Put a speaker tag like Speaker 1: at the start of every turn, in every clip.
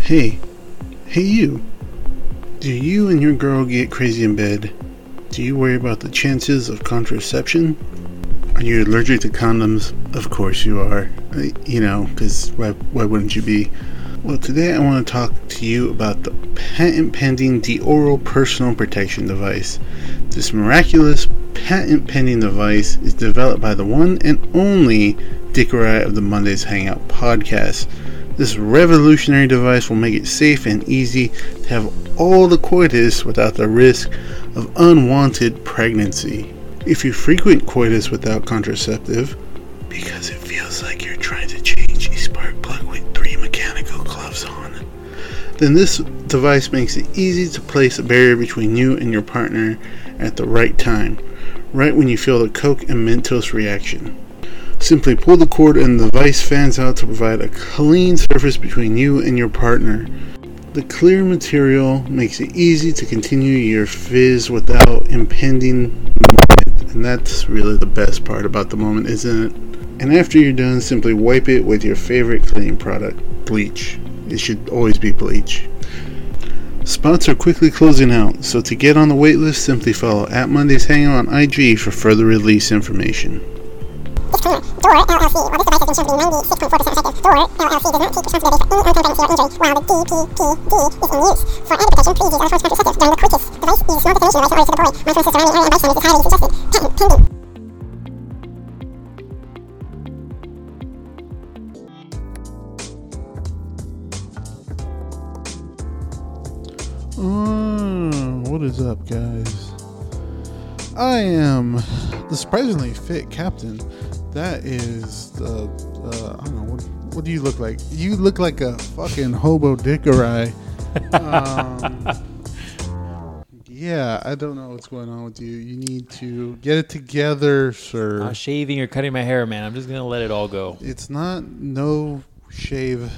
Speaker 1: Hey, hey, you. Do you and your girl get crazy in bed? Do you worry about the chances of contraception? Are you allergic to condoms? Of course you are. Uh, You know, because why, why wouldn't you be? Well, today I want to talk to you about the patent pending Deoral personal protection device. This miraculous patent pending device is developed by the one and only Dick Rai of the Mondays Hangout podcast. This revolutionary device will make it safe and easy to have all the coitus without the risk of unwanted pregnancy. If you frequent coitus without contraceptive, because it feels like you're trying to change a spark plug with three mechanical gloves on, then this device makes it easy to place a barrier between you and your partner at the right time, right when you feel the Coke and Mentos reaction. Simply pull the cord and the device fans out to provide a clean surface between you and your partner. The clear material makes it easy to continue your fizz without impending moment, and that's really the best part about the moment, isn't it? And after you're done, simply wipe it with your favorite cleaning product, bleach. It should always be bleach. Spots are quickly closing out, so to get on the wait list, simply follow at Mondays Hangout on IG for further release information.
Speaker 2: Disclaimer. Dora LLC, while this device has been shown to be 96.4% effective, Dora LLC does not take responsibility for any unplanned pregnancy or injury, while the DPPD is in use for any protection predates or forced contraceptive during the coitus. Device uses no definition rights related to the boy. Mindfulness of surrounding area and bystanders is highly suggested. Patent pending.
Speaker 1: Mm, what is up, guys? I am the surprisingly fit captain. That is the uh, I don't know what, what do you look like? You look like a fucking hobo dickery. Um, yeah, I don't know what's going on with you. You need to get it together, sir.
Speaker 3: I'm Uh, shaving or cutting my hair, man. I'm just gonna let it all go.
Speaker 1: it's not no shave.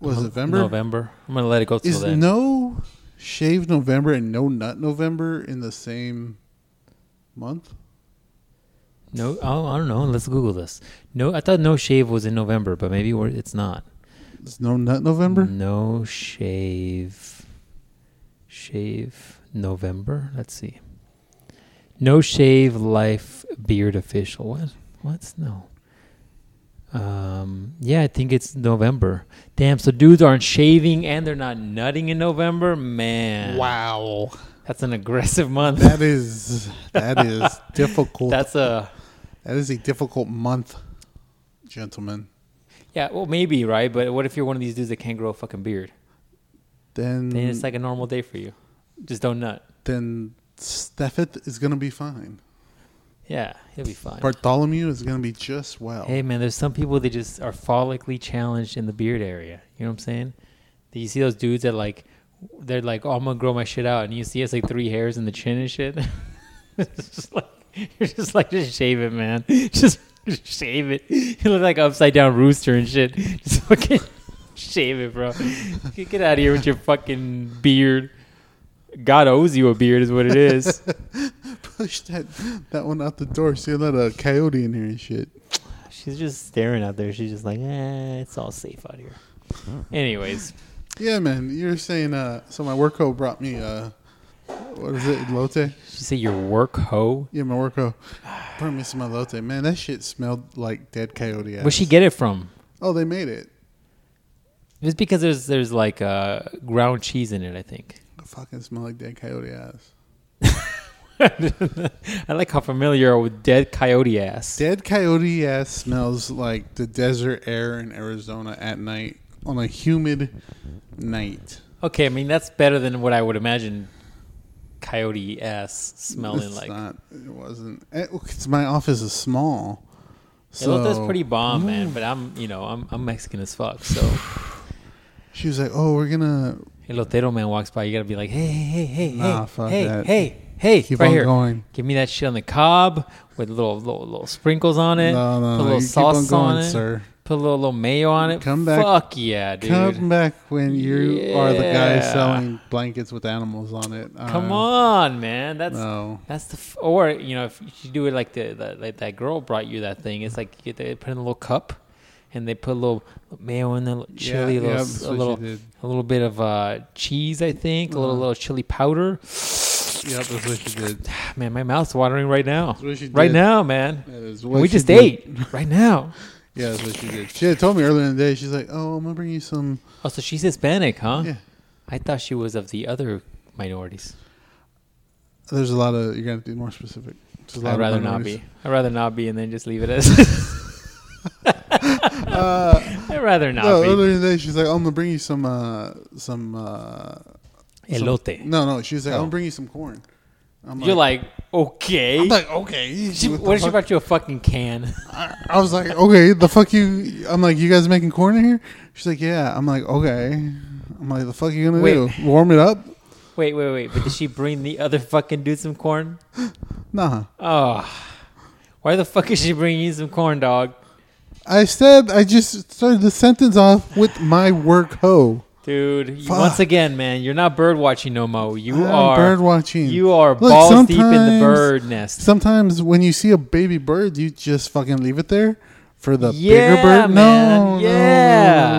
Speaker 1: Was it November?
Speaker 3: November. I'm gonna let it go till
Speaker 1: Is
Speaker 3: then.
Speaker 1: no shave November and no nut November in the same month?
Speaker 3: no, oh, I don't know. Let's Google this. No, I thought no shave was in November, but maybe we're, it's not.
Speaker 1: There's no nut November.
Speaker 3: No shave. Shave November. Let's see. No shave life beard official. What? What's no? Um. Yeah, I think it's November. Damn. So dudes aren't shaving and they're not nutting in November. Man.
Speaker 1: Wow,
Speaker 3: That's an aggressive month.
Speaker 1: that is that is difficult.
Speaker 3: That's a
Speaker 1: that is a difficult month, gentlemen.
Speaker 3: yeah. Well, maybe right, but what if you're one of these dudes that can't grow a fucking beard?
Speaker 1: Then
Speaker 3: Then it's like a normal day for you. Just don't nut.
Speaker 1: then Steffet is gonna be fine.
Speaker 3: Yeah, he'll be fine.
Speaker 1: Bartholomew is gonna be just well.
Speaker 3: hey man, there's some people that just are follically challenged in the beard area. You know what I'm saying? Do you see those dudes that like they're like, oh, I'm gonna grow my shit out, and you see it's like three hairs in the chin and shit. it's just like you're just like just shave it, man. Just, just shave it. You look like upside down rooster and shit. Just fucking shave it, bro. Get get out of here with your fucking beard. God owes you a beard, is what it is.
Speaker 1: Push that that one out the door. See, let a coyote in here and shit.
Speaker 3: She's just staring out there. She's just like, eh, it's all safe out here. Anyways,
Speaker 1: Yeah, man. You're saying uh. So my work co brought me uh. What is it, elote?
Speaker 3: she said your work hoe.
Speaker 1: Yeah, my worko. Brought me some elote. Man, that shit smelled like dead coyote. Ass.
Speaker 3: Where'd she get it from?
Speaker 1: Oh, they made it.
Speaker 3: It's because there's there's like uh, ground cheese in it. I think.
Speaker 1: It fucking smell like dead coyote ass.
Speaker 3: I like how familiar you are with dead coyote ass.
Speaker 1: Dead coyote ass smells like the desert air in Arizona at night on a humid night.
Speaker 3: Okay, I mean that's better than what I would imagine coyote ass smelling
Speaker 1: It's
Speaker 3: like.
Speaker 1: not. It wasn't. eh, look, It's my office is small.
Speaker 3: It looked that's pretty bomb, man. But I'm you know I'm I'm Mexican as fuck, so.
Speaker 1: She was like, "Oh, we're gonna
Speaker 3: El Otero man walks by, you gotta be like, hey, hey, hey, hey,
Speaker 1: Nah,
Speaker 3: hey,
Speaker 1: fuck
Speaker 3: hey,
Speaker 1: that.
Speaker 3: hey, hey,
Speaker 1: Keep
Speaker 3: right
Speaker 1: on
Speaker 3: here.
Speaker 1: going.
Speaker 3: Give me that shit on the cob with little little, little sprinkles on it.
Speaker 1: No, no,
Speaker 3: put a
Speaker 1: no,
Speaker 3: little
Speaker 1: you keep
Speaker 3: sauce
Speaker 1: on going,
Speaker 3: it.
Speaker 1: sir.
Speaker 3: Put a little, little mayo on it.
Speaker 1: Come back-
Speaker 3: Fuck yeah, dude.
Speaker 1: come
Speaker 3: Come,
Speaker 1: back when you are the guy
Speaker 3: Yeah.
Speaker 1: selling blankets with animals on it." Uh,
Speaker 3: on, man. That's
Speaker 1: No.
Speaker 3: that's the f- or you know if you do it like the, the like that girl brought you that thing. It's like you get the, put in a little cup. and they put a little mayo in there, a little chili, a little,
Speaker 1: that's
Speaker 3: a
Speaker 1: what she
Speaker 3: little,
Speaker 1: did. Uh-huh.
Speaker 3: a little bit of uh, cheese, I think, a little, little chili powder.
Speaker 1: Yep, that's what she did.
Speaker 3: Man, my mouth's watering right now.
Speaker 1: what she
Speaker 3: Right
Speaker 1: did.
Speaker 3: now, man.
Speaker 1: That is
Speaker 3: And
Speaker 1: what
Speaker 3: we
Speaker 1: she
Speaker 3: just
Speaker 1: did.
Speaker 3: ate right now.
Speaker 1: Yeah, that's what she did. She had told me earlier in the day. She's like, "Oh, I'm gonna bring you some."
Speaker 3: Oh, so she's Hispanic, huh?
Speaker 1: Yeah,
Speaker 3: I thought she was of the other minorities.
Speaker 1: there's a lot of. You're gonna have to be more specific. There's a lot
Speaker 3: I'd
Speaker 1: of
Speaker 3: rather not
Speaker 1: minorities.
Speaker 3: be. I'd rather not be, and then just leave it as. I'd rather not
Speaker 1: Uh, No,
Speaker 3: be.
Speaker 1: earlier in the day, she's like, "Oh, "I'm gonna bring you some, uh, some." Uh, some-
Speaker 3: Elote.
Speaker 1: No, no, she was like, "I'm
Speaker 3: Oh.
Speaker 1: gonna bring you some corn." I'm
Speaker 3: You're like, okay.
Speaker 1: I'm like, okay.
Speaker 3: she,
Speaker 1: what the
Speaker 3: what if she
Speaker 1: fuck?"
Speaker 3: brought you a fucking can?
Speaker 1: I, I was like, okay, the fuck you. I'm like, you guys making corn in here? She's like, yeah. I'm like, okay. I'm like, the fuck you gonna
Speaker 3: Wait.
Speaker 1: do? Warm it up?
Speaker 3: wait, wait, wait. But did she bring the other fucking dude some corn?
Speaker 1: Nah.
Speaker 3: Oh. Why the fuck is she bringing you some corn, dog?
Speaker 1: I said I just started the sentence off with my work hoe.
Speaker 3: Dude, you-
Speaker 1: Fuck.
Speaker 3: once again, man, you're not bird watching no mo. You
Speaker 1: I'm
Speaker 3: are
Speaker 1: bird watching.
Speaker 3: You are
Speaker 1: Look,
Speaker 3: balls deep in the
Speaker 1: sometimes-
Speaker 3: bird nest.
Speaker 1: Sometimes when you see a baby bird, you just fucking leave it there for the
Speaker 3: yeah,
Speaker 1: bigger bird.
Speaker 3: man.
Speaker 1: No, no,
Speaker 3: yeah.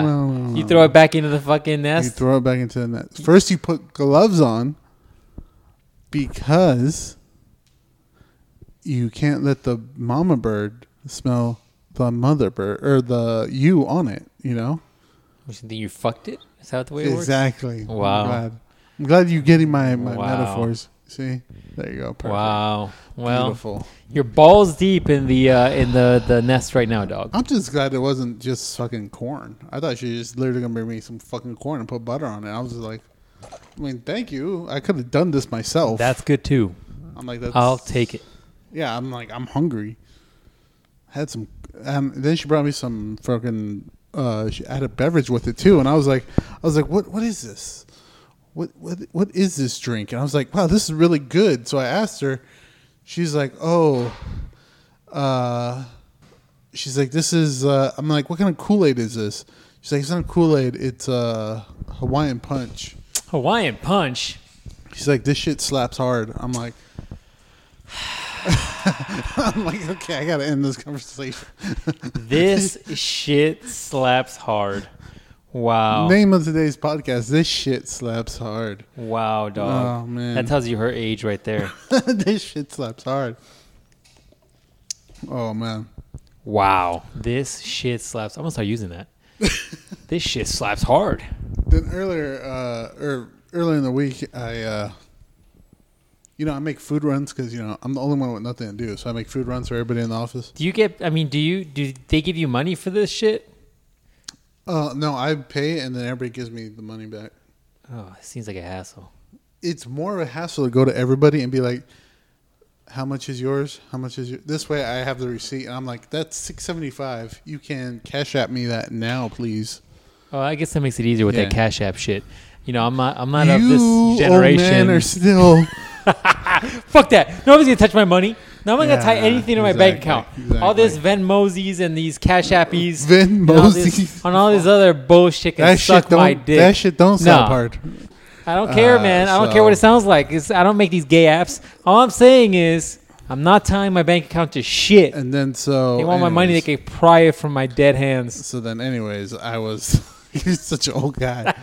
Speaker 1: no, no, no, no,
Speaker 3: You throw it back into the fucking
Speaker 1: You
Speaker 3: nest.
Speaker 1: throw it back into the net. First, you put gloves on because you can't let the mama bird smell the mother bird or the you on it. You know
Speaker 3: Which, then you fucked it. Is that the way it
Speaker 1: exactly.
Speaker 3: Wow.
Speaker 1: I'm glad. I'm glad you're getting my my
Speaker 3: Wow.
Speaker 1: metaphors. See, there you go.
Speaker 3: works?
Speaker 1: Perfect.
Speaker 3: Wow. Well,
Speaker 1: Beautiful.
Speaker 3: you're balls deep in the uh, in the the nest right now, dog.
Speaker 1: I'm just glad it wasn't just fucking corn. I thought she was just literally gonna bring me some fucking corn and put butter on it. I was just like, I mean, thank you. I could have done this myself.
Speaker 3: That's good too.
Speaker 1: I'm like, that's,
Speaker 3: I'll take it.
Speaker 1: Yeah, I'm like I'm hungry. Had some, um, then she brought me some fucking. Uh, she had a beverage with it too, and I was like, I was like, what, what is this? What, what, what is this drink? And I was like, wow, this is really good. So I asked her. She's like, oh, uh, she's like, this is. Uh, I'm like, what kind of Kool Aid is this? She's like, it's not Kool Aid. It's uh, Hawaiian Punch.
Speaker 3: Hawaiian punch.
Speaker 1: She's like, this shit slaps hard. I'm like, I'm like, okay, I gotta end this conversation.
Speaker 3: This shit slaps hard. Wow.
Speaker 1: Name of today's podcast: This shit slaps hard.
Speaker 3: Wow, dog.
Speaker 1: Oh, man.
Speaker 3: That tells you her age right there.
Speaker 1: this shit slaps hard. Oh man,
Speaker 3: Wow. This shit slaps. I'm going to start using that. this shit slaps hard.
Speaker 1: Then earlier, uh, or earlier in the week, I, uh, you know, I make food runs because you know I'm the only one with nothing to do, so I make food runs for everybody in the office.
Speaker 3: Do you get, I mean, do you, do they give you money for this shit?
Speaker 1: Uh, no, I pay, and then everybody gives me the money back.
Speaker 3: Oh, it seems like a hassle.
Speaker 1: it's more of a hassle to go to everybody and be like, "How much is yours? How much is your?" This way, I have the receipt, and I'm like, "That's six seventy five. You can cash at me that now, please."
Speaker 3: Oh, I guess that makes it easier with
Speaker 1: Yeah.
Speaker 3: that Cash App shit. You know, I'm not, I'm not of
Speaker 1: you
Speaker 3: this
Speaker 1: old men
Speaker 3: generation.
Speaker 1: are still
Speaker 3: Fuck that. Nobody's going to touch my money. Nobody's going to tie
Speaker 1: Yeah,
Speaker 3: anything to my bank
Speaker 1: exactly,
Speaker 3: account. All this
Speaker 1: exactly.
Speaker 3: Venmosies and these Cash Appies. and all this-
Speaker 1: Venmosies.
Speaker 3: And all this other bullshit can
Speaker 1: That
Speaker 3: suck
Speaker 1: shit
Speaker 3: my
Speaker 1: don't.
Speaker 3: dick.
Speaker 1: That shit don't
Speaker 3: No.
Speaker 1: slap hard.
Speaker 3: I don't care,
Speaker 1: Uh,
Speaker 3: man. I don't care what it
Speaker 1: so-
Speaker 3: sounds like. It's, I don't make these gay apps. All I'm saying is, I'm not tying my bank account to shit.
Speaker 1: And then so
Speaker 3: they want my money. They
Speaker 1: anyways.
Speaker 3: can pry it from my dead hands.
Speaker 1: So then, anyways, I was. He's such an old guy.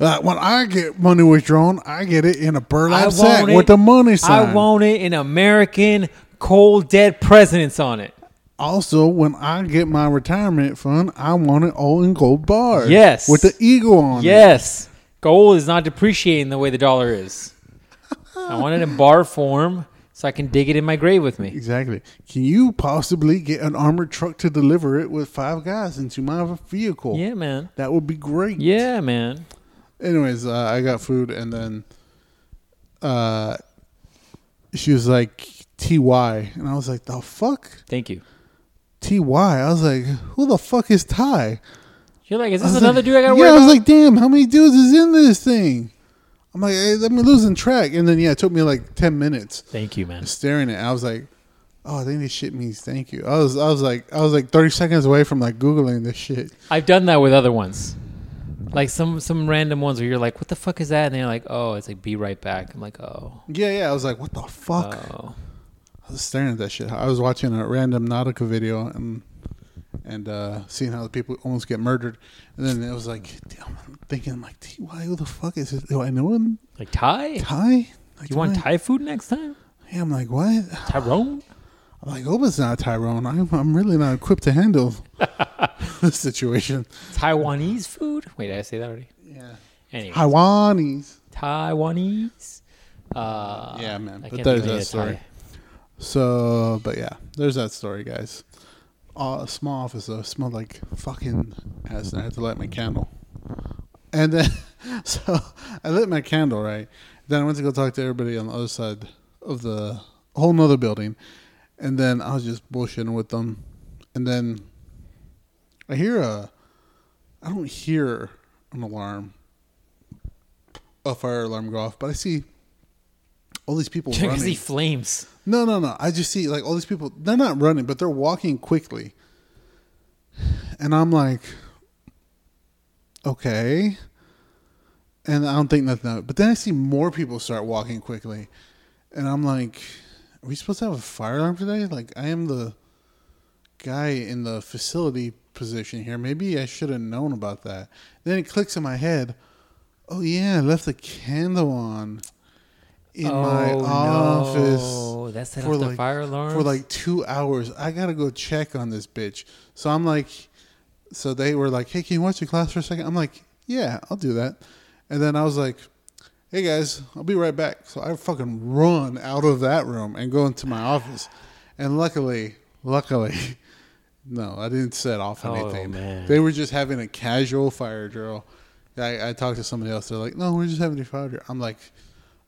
Speaker 1: Uh, when I get money withdrawn, I get it in a
Speaker 3: I
Speaker 1: burlap
Speaker 3: want
Speaker 1: sack
Speaker 3: it-
Speaker 1: with the money sign.
Speaker 3: I want it in American cold dead presidents on it.
Speaker 1: Also, when I get my retirement fund, I want it all in gold bars.
Speaker 3: Yes.
Speaker 1: With the eagle on it.
Speaker 3: Yes, gold is not depreciating the way the dollar is. I want it in bar form so I can dig it in my grave with me.
Speaker 1: Exactly. Can you possibly get an armored truck to deliver it with five guys into my vehicle?
Speaker 3: Yeah, man.
Speaker 1: That would be great.
Speaker 3: Yeah, man.
Speaker 1: Anyways, uh, I got food and then uh, she was like, TY. And I was like, the fuck?
Speaker 3: Thank you.
Speaker 1: TY? I was like, who the fuck is Ty?
Speaker 3: You're like, is
Speaker 1: I
Speaker 3: this
Speaker 1: was
Speaker 3: another
Speaker 1: like-
Speaker 3: dude I gotta
Speaker 1: yeah,
Speaker 3: worry
Speaker 1: I was
Speaker 3: about?
Speaker 1: like, damn, how many dudes is in this thing? I'm like, hey, I'm losing track. And then yeah, it took me like ten minutes
Speaker 3: Thank you, man.
Speaker 1: staring at. it. I was like, oh, I think this shit means thank you. I was, I was like, I was like thirty seconds away from like googling this shit.
Speaker 3: I've done that with other ones. Like some some random ones where you're like, what the fuck is that? And they're like, oh, it's like be right back. I'm like, oh,
Speaker 1: Yeah, yeah. I was like, what the fuck?
Speaker 3: oh.
Speaker 1: I was staring at that shit. I was watching a random Nautica video and and uh, seeing how the people almost get murdered. And then it was like, damn, I'm thinking, like, "Gee, why who the fuck is it? Do I know him?
Speaker 3: Like Thai?
Speaker 1: Thai? Like,
Speaker 3: You want
Speaker 1: why-
Speaker 3: Thai food next time?
Speaker 1: Yeah, I'm like, what?
Speaker 3: Tyrone?
Speaker 1: I'm like, Oba's not Tyrone. I'm, I'm really not equipped to handle this situation.
Speaker 3: Taiwanese food? Wait, did I say that already?
Speaker 1: Yeah.
Speaker 3: Anyway,
Speaker 1: Taiwanese.
Speaker 3: Taiwanese. Uh,
Speaker 1: Yeah, man, but
Speaker 3: I can't
Speaker 1: there's
Speaker 3: think of any
Speaker 1: that
Speaker 3: of
Speaker 1: story.
Speaker 3: Thai.
Speaker 1: So, but yeah, there's that story, guys. Uh, small office though smelled like fucking ass, and I had to light my candle. And then, so I lit my candle, right? Then I went to go talk to everybody on the other side of the whole nother building, and then I was just bullshitting with them, and then I hear a, I don't hear an alarm, a fire alarm go off, but I see all these people
Speaker 3: I
Speaker 1: running.
Speaker 3: see flames.
Speaker 1: No, no, no. I just see like all these people. They're not running, but they're walking quickly. And I'm like, okay. And I don't think nothing of it. But then I see more people start walking quickly. And I'm like, are we supposed to have a fire alarm today? Like, I am the guy in the facility position here. Maybe I should have known about that. Then it clicks in my head. Oh, yeah, I left the candle on in my office
Speaker 3: No. Oh, That set
Speaker 1: for
Speaker 3: off the
Speaker 1: like-
Speaker 3: fire alarm.
Speaker 1: for like two hours. I gotta go check on this bitch. So I'm like, so they were like, hey, can you watch the class for a second? I'm like, yeah, I'll do that. And then I was like, hey guys, I'll be right back. So I fucking run out of that room and go into my office. And luckily, luckily, no, I didn't set off
Speaker 3: Oh,
Speaker 1: anything.
Speaker 3: man.
Speaker 1: They were just having a casual fire drill. I, I talked to somebody else. They're like, no, we're just having a fire drill. I'm like,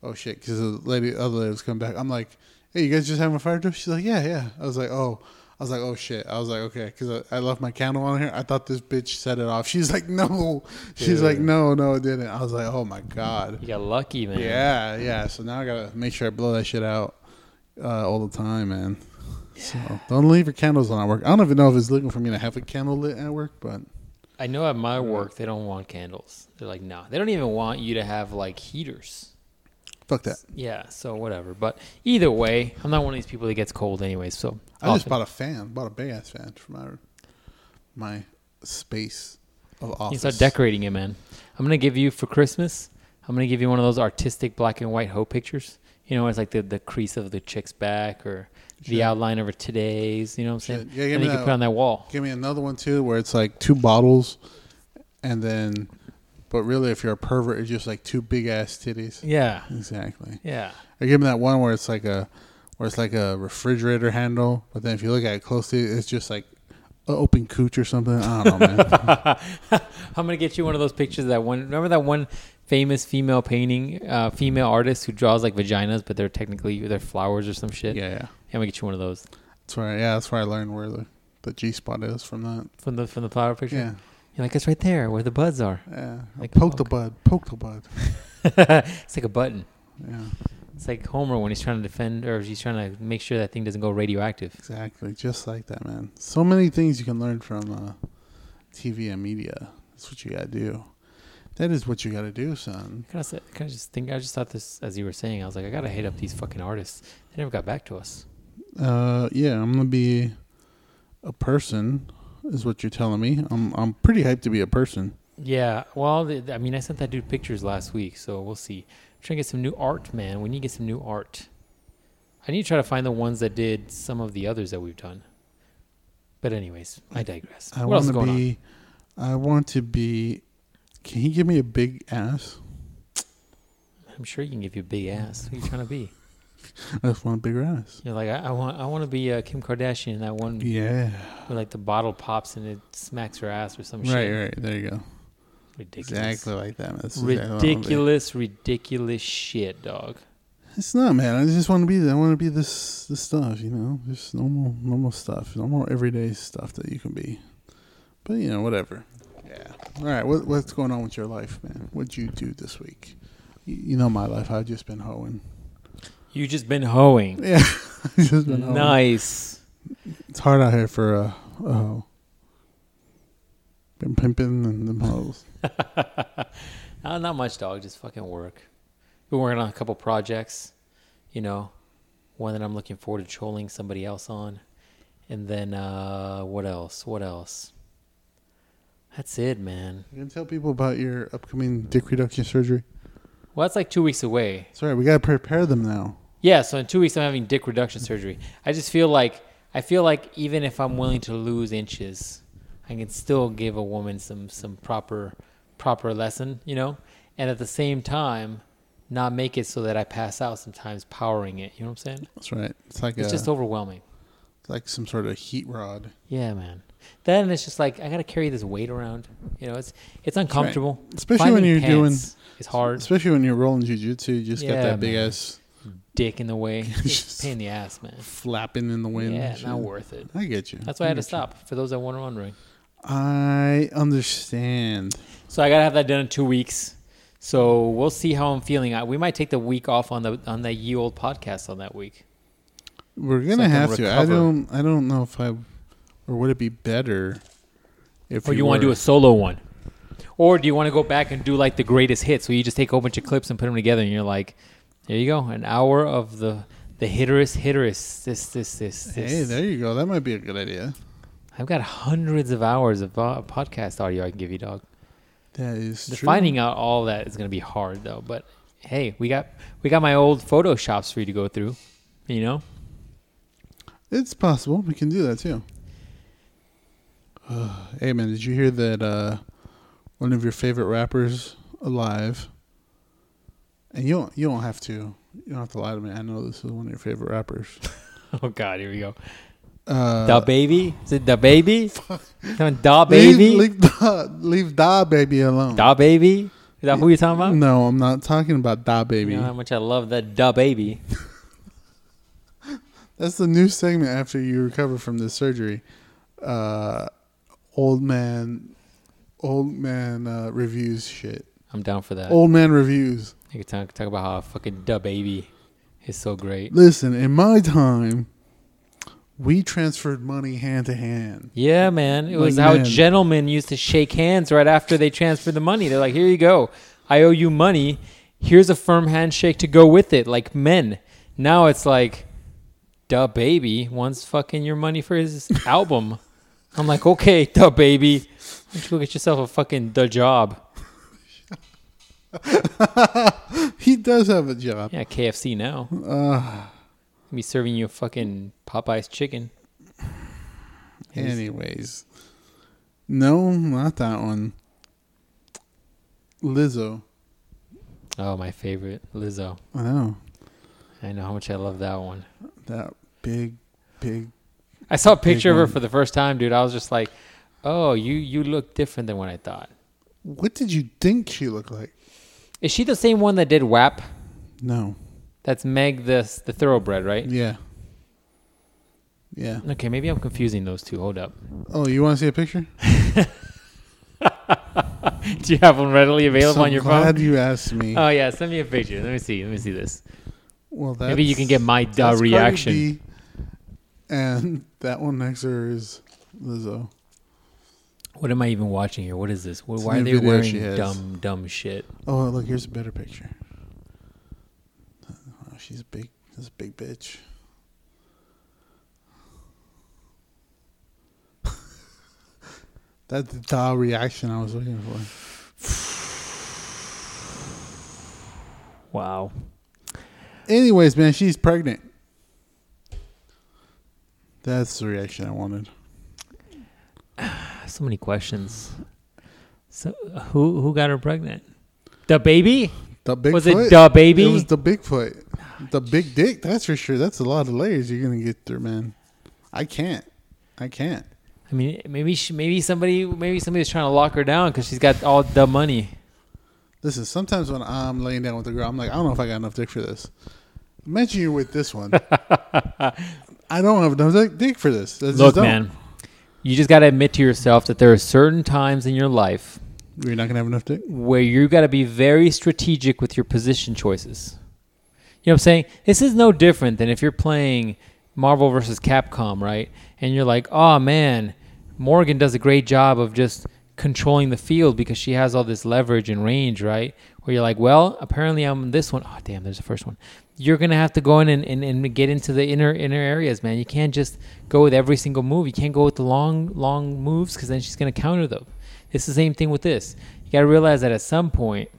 Speaker 1: oh shit, because the lady, other lady was coming back. I'm like, hey, you guys just having a fire drill? She's like, yeah, yeah. I was like, oh. I was like, oh shit. I was like, okay, because I, I left my candle on here. I thought this bitch set it off. She's like, no. She's like,
Speaker 3: Dude.
Speaker 1: no, no, it didn't. I was like, oh my God.
Speaker 3: you got lucky, man.
Speaker 1: Yeah, yeah. So now I gotta make sure I blow that shit out uh, all the time, man. So don't leave your candles on at work. I don't even know if it's looking for me to have a candle lit at work, but
Speaker 3: I know at my work they don't want candles. They're like, no, they don't even want you to have like heaters.
Speaker 1: fuck that.
Speaker 3: Yeah, so whatever. But either way, I'm not one of these people that gets cold anyway. So
Speaker 1: I just
Speaker 3: often-
Speaker 1: bought a fan, bought a big ass fan for my my space of
Speaker 3: You
Speaker 1: office.
Speaker 3: start decorating it, man. I'm gonna give you for Christmas. I'm gonna give you one of those artistic black and white hoe pictures. You know, it's like the, the crease of the chick's back or the outline of her today's. You know what I'm saying?
Speaker 1: Shit. Yeah, give me
Speaker 3: and then you
Speaker 1: that.
Speaker 3: can put on that wall.
Speaker 1: Give me another one too, where it's like two bottles, and then, but really, if you're a pervert, it's just like two big ass titties.
Speaker 3: Yeah,
Speaker 1: Exactly.
Speaker 3: yeah.
Speaker 1: I give him that one where it's like a where it's like a refrigerator handle, but then if you look at it closely, it's just like an open cooch or something. I don't know, man.
Speaker 3: I'm gonna get you one of those pictures. Of that one. Remember that one famous female painting, uh, female artist who draws like vaginas, but they're technically they're flowers or some shit.
Speaker 1: yeah, yeah.
Speaker 3: I'm gonna get you one of those
Speaker 1: That's where yeah, that's where I learned where the, the G spot is from that.
Speaker 3: from the from the flower picture.
Speaker 1: Yeah.
Speaker 3: You're like, it's right there where the buds are.
Speaker 1: Yeah.
Speaker 3: Like,
Speaker 1: poke the
Speaker 3: okay.
Speaker 1: bud, poke the bud.
Speaker 3: it's like a button.
Speaker 1: Yeah.
Speaker 3: It's like Homer when he's trying to defend or he's trying to make sure that thing doesn't go radioactive.
Speaker 1: Exactly. Just like that, man. So many things you can learn from uh, TV and media. That's what you gotta do. That is what you gotta do, son.
Speaker 3: I kind of said, I kind of just think I just thought this as you were saying. I was like, I gotta hit up these fucking artists. They never got back to us.
Speaker 1: Uh, yeah, I'm gonna be a person, is what you're telling me. I'm I'm pretty hyped to be a person.
Speaker 3: Yeah, well, th- I mean, I sent that dude pictures last week, so we'll see. I'm trying to get some new art, man. We need to get some new art. I need to try to find the ones that did some of the others that we've done. But anyways, I digress.
Speaker 1: I
Speaker 3: what
Speaker 1: want
Speaker 3: else is
Speaker 1: to
Speaker 3: going on?
Speaker 1: be. I want to be. Can he give me a big ass?
Speaker 3: I'm sure you can give you a big ass. Who you trying to be?
Speaker 1: I just want a bigger ass.
Speaker 3: You're like, I, I want, I want to be uh, Kim Kardashian. That one
Speaker 1: Yeah.
Speaker 3: where like the bottle pops and it smacks her ass or some
Speaker 1: Right.
Speaker 3: shit.
Speaker 1: Right. There you go.
Speaker 3: Ridiculous.
Speaker 1: Exactly like that. Man. That's exactly what I wanna be.
Speaker 3: Ridiculous, ridiculous shit, dog.
Speaker 1: It's not, man. I just want to be. I want to be this. This stuff, you know, just normal, normal stuff, normal everyday stuff that you can be. But you know, whatever. Yeah. All right. What, what's going on with your life, man? What'd you do this week? You, you know my life. I've just been hoeing.
Speaker 3: You just been hoeing.
Speaker 1: Yeah. I've just been hoeing.
Speaker 3: Nice.
Speaker 1: It's hard out here for a, a hoe. Been pimping and them hoes.
Speaker 3: Uh, not much, dog. Just fucking work. Been working on a couple projects. You know, one that I'm looking forward to trolling somebody else on, And then uh, what else? What else? That's it, man.
Speaker 1: You gonna tell people about your upcoming dick reduction surgery?
Speaker 3: Well, that's like two weeks away.
Speaker 1: Sorry, we gotta prepare them now.
Speaker 3: Yeah, so in two weeks I'm having dick reduction surgery. I just feel like I feel like even if I'm willing to lose inches, I can still give a woman some some proper proper lesson, you know, and at the same time, not make it so that I pass out sometimes powering it. You know what I'm saying?
Speaker 1: That's right. It's like
Speaker 3: It's
Speaker 1: a,
Speaker 3: just overwhelming.
Speaker 1: it's like some sort of heat rod.
Speaker 3: Yeah, man. Then it's just like I gotta carry this weight around. You know, it's it's uncomfortable.
Speaker 1: Especially when you're doing-
Speaker 3: it's hard.
Speaker 1: Especially when you're rolling jujitsu, you just got
Speaker 3: Yeah,
Speaker 1: that big
Speaker 3: man.
Speaker 1: ass
Speaker 3: Dick in the way. It's
Speaker 1: Just-
Speaker 3: a pain in the ass, man.
Speaker 1: flapping in the wind.
Speaker 3: Yeah,
Speaker 1: Shit.
Speaker 3: not worth it.
Speaker 1: I get you.
Speaker 3: That's why I had to
Speaker 1: get you.
Speaker 3: stop. For those that were wondering.
Speaker 1: I understand.
Speaker 3: So I gotta have that done in two weeks. So we'll see how I'm feeling. I, we might take the week off on the on the ye old podcast on that week.
Speaker 1: We're
Speaker 3: So I
Speaker 1: gonna
Speaker 3: can
Speaker 1: have to. I
Speaker 3: recover.
Speaker 1: don't. I don't know if I, or would it be better if
Speaker 3: Or you want to do a solo one, or do you want to go back and do like the greatest hits, where you just take a whole bunch of clips and put them together, and you're like, there you go, an hour of the the hitterest hitterest. This this this. this.
Speaker 1: Hey, there you go. That might be a good idea.
Speaker 3: I've got hundreds of hours of uh, podcast audio I can give you, dog.
Speaker 1: That is
Speaker 3: The
Speaker 1: true.
Speaker 3: Finding out all that is gonna be hard though. But hey, we got we got my old photoshops for you to go through. You know.
Speaker 1: It's possible. We can do that too. hey man, did you hear that uh, one of your favorite rappers alive? And you don't you don't have to you don't have to lie to me. I know this is one of your favorite rappers.
Speaker 3: Oh God, here we go.
Speaker 1: Uh,
Speaker 3: Da baby? Is it da baby? Come on, da
Speaker 1: leave,
Speaker 3: baby?
Speaker 1: leave da, leave da baby alone.
Speaker 3: Da baby? Is that who you're talking about?
Speaker 1: No, I'm not talking about da
Speaker 3: You
Speaker 1: baby.
Speaker 3: know how much I love that da baby.
Speaker 1: That's the new segment after you recover from this surgery. Uh, old man, old man uh, reviews shit.
Speaker 3: I'm down for that.
Speaker 1: Old man reviews.
Speaker 3: You can talk, talk about how fucking da baby is so great.
Speaker 1: Listen, in my time, we transferred money hand to hand.
Speaker 3: Yeah, man. It
Speaker 1: Like,
Speaker 3: was how
Speaker 1: man.
Speaker 3: gentlemen used to shake hands right after they transferred the money. They're like, here you go. I owe you money. Here's a firm handshake to go with it, like men. Now it's like, duh, baby wants fucking your money for his album. I'm like, okay, duh, baby. Why don't you go get yourself a fucking duh job?
Speaker 1: He does have a job.
Speaker 3: Yeah, KFC now. Be serving you a fucking Popeye's chicken.
Speaker 1: Anyways, no, not that one. Lizzo.
Speaker 3: Oh, my favorite, Lizzo.
Speaker 1: I know
Speaker 3: I know how much I love that one.
Speaker 1: that big, big.
Speaker 3: I saw a picture of her
Speaker 1: one.
Speaker 3: for the first time, dude. I was just like, "Oh, you you look different than what I thought."
Speaker 1: What did you think she looked like?
Speaker 3: Is she the same one that did WAP?
Speaker 1: No.
Speaker 3: That's Meg the the thoroughbred, right?
Speaker 1: Yeah. Yeah.
Speaker 3: Okay, maybe I'm confusing those two. Hold up.
Speaker 1: Oh, you want to see a picture?
Speaker 3: Do you have one readily available
Speaker 1: So
Speaker 3: on your
Speaker 1: glad
Speaker 3: phone?
Speaker 1: you asked me.
Speaker 3: Oh yeah, send me a picture. Let me see. Let me see this.
Speaker 1: well, that's,
Speaker 3: Maybe you can get my
Speaker 1: that's
Speaker 3: da
Speaker 1: Cardi
Speaker 3: reaction.
Speaker 1: B, and that one next to her is Lizzo.
Speaker 3: What am I even watching here? What is this? Why
Speaker 1: It's a
Speaker 3: why are
Speaker 1: new
Speaker 3: they
Speaker 1: video
Speaker 3: wearing
Speaker 1: she has.
Speaker 3: dumb dumb shit?
Speaker 1: Oh, look, here's a better picture. Oh, she's a big. This big bitch. That's the da reaction I was looking for.
Speaker 3: Wow.
Speaker 1: Anyways, man, she's pregnant. That's the reaction I wanted.
Speaker 3: I have so many questions. So who who got her pregnant? The baby?
Speaker 1: The big
Speaker 3: Was it the baby?
Speaker 1: It was the Bigfoot. The big dick, that's for sure. That's a lot of layers you're gonna get through, man. I can't. I can't.
Speaker 3: I mean, maybe she, maybe somebody maybe somebody's trying to lock her down because she's got all the money.
Speaker 1: Listen, sometimes when I'm laying down with a girl, I'm like, I don't know if I got enough dick for this. Imagine you're with this one. I don't have enough dick- dick for this. I just
Speaker 3: Look,
Speaker 1: don't.
Speaker 3: man, you just got to admit to yourself that there are certain times in your life
Speaker 1: You're not going to have enough dick?
Speaker 3: where you got to be very strategic with your position choices. You know what I'm saying? This is no different than if you're playing Marvel versus Capcom, right? And you're like, "Oh man, Morgan does a great job of just controlling the field because she has all this leverage and range, right? where you're like, well, apparently I'm this one. Oh, damn, there's the first one. You're gonna have to go in and, and, and get into the inner inner areas, man. You can't just go with every single move. You can't go with the long long moves because then she's gonna counter them. It's the same thing with this. You gotta realize that at some point,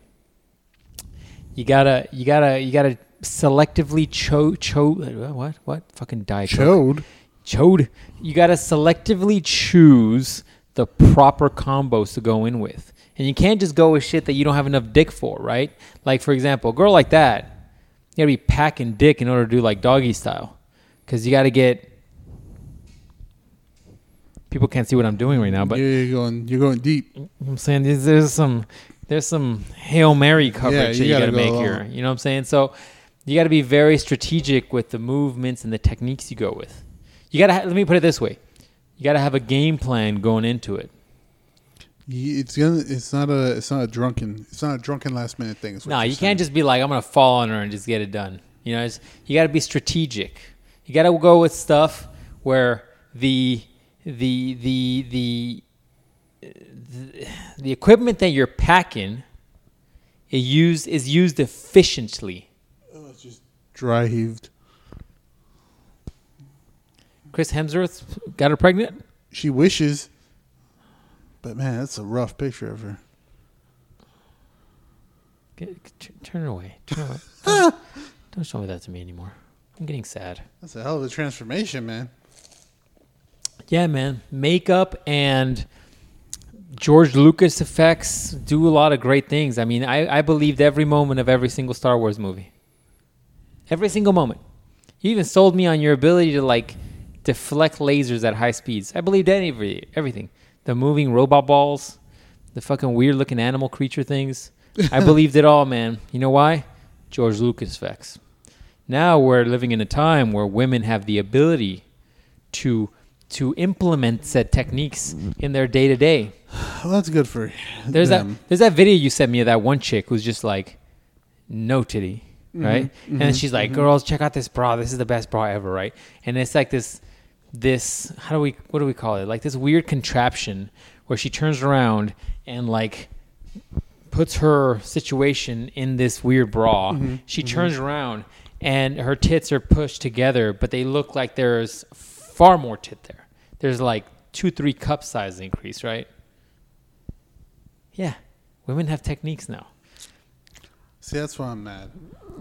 Speaker 3: you gotta you gotta you gotta selectively cho cho what what fucking die
Speaker 1: Chode.
Speaker 3: Chode. You gotta selectively choose the proper combos to go in with. And you can't just go with shit that you don't have enough dick for, right? Like for example, a girl like that, you gotta be packing dick in order to do like doggy style. Cause you gotta get people can't see what I'm doing right now, but
Speaker 1: yeah, you're going you're going deep.
Speaker 3: you know what I'm saying there's, there's some there's some hail mary coverage
Speaker 1: you
Speaker 3: that you
Speaker 1: gotta
Speaker 3: got to
Speaker 1: go
Speaker 3: make
Speaker 1: long.
Speaker 3: here. You know what I'm saying? So you got to be very strategic with the movements and the techniques you go with. You got to ha- let me put it this way: you got to have a game plan going into it.
Speaker 1: You- It's gonna it's not a it's not a drunken it's not a drunken last minute thing. is what
Speaker 3: No,
Speaker 1: you're
Speaker 3: you
Speaker 1: saying.
Speaker 3: can't just be like, I'm gonna fall on her and just get it done. You know, it's, you got to be strategic. You got to go with stuff where the the the the uh, the, the equipment that you're packing is used is used efficiently.
Speaker 1: Oh, it's just dry heaved.
Speaker 3: Chris Hemsworth got her pregnant.
Speaker 1: She wishes, but man, that's a rough picture of her.
Speaker 3: Get, t- turn it away. Turn it away. Don't, don't show me that to me anymore. I'm getting sad.
Speaker 1: That's a hell of a transformation, man.
Speaker 3: Yeah, man. Makeup and George Lucas effects do a lot of great things. I mean, I, I believed every moment of every single Star Wars movie. Every single moment. You even sold me on your ability to like deflect lasers at high speeds. I believed any of it- everything. The moving robot balls, the fucking weird looking animal creature things. I believed it all, man. You know why? George Lucas effects. Now we're living in a time where women have the ability to to implement said techniques in their day to day.
Speaker 1: Well, that's good for
Speaker 3: There's
Speaker 1: them.
Speaker 3: that there's that video you sent me of that one chick who's just like no titty, right? and she's like, "Girls, check out this bra. This is the best bra ever, right?" And it's like this this how do we what do we call it? Like this weird contraption where she turns around and like puts her situation in this weird bra. She turns around and her tits are pushed together, but they look like there's far more tit there. There's like two, three cup size increase, right? Yeah, women have techniques now.
Speaker 1: See, that's why I'm mad.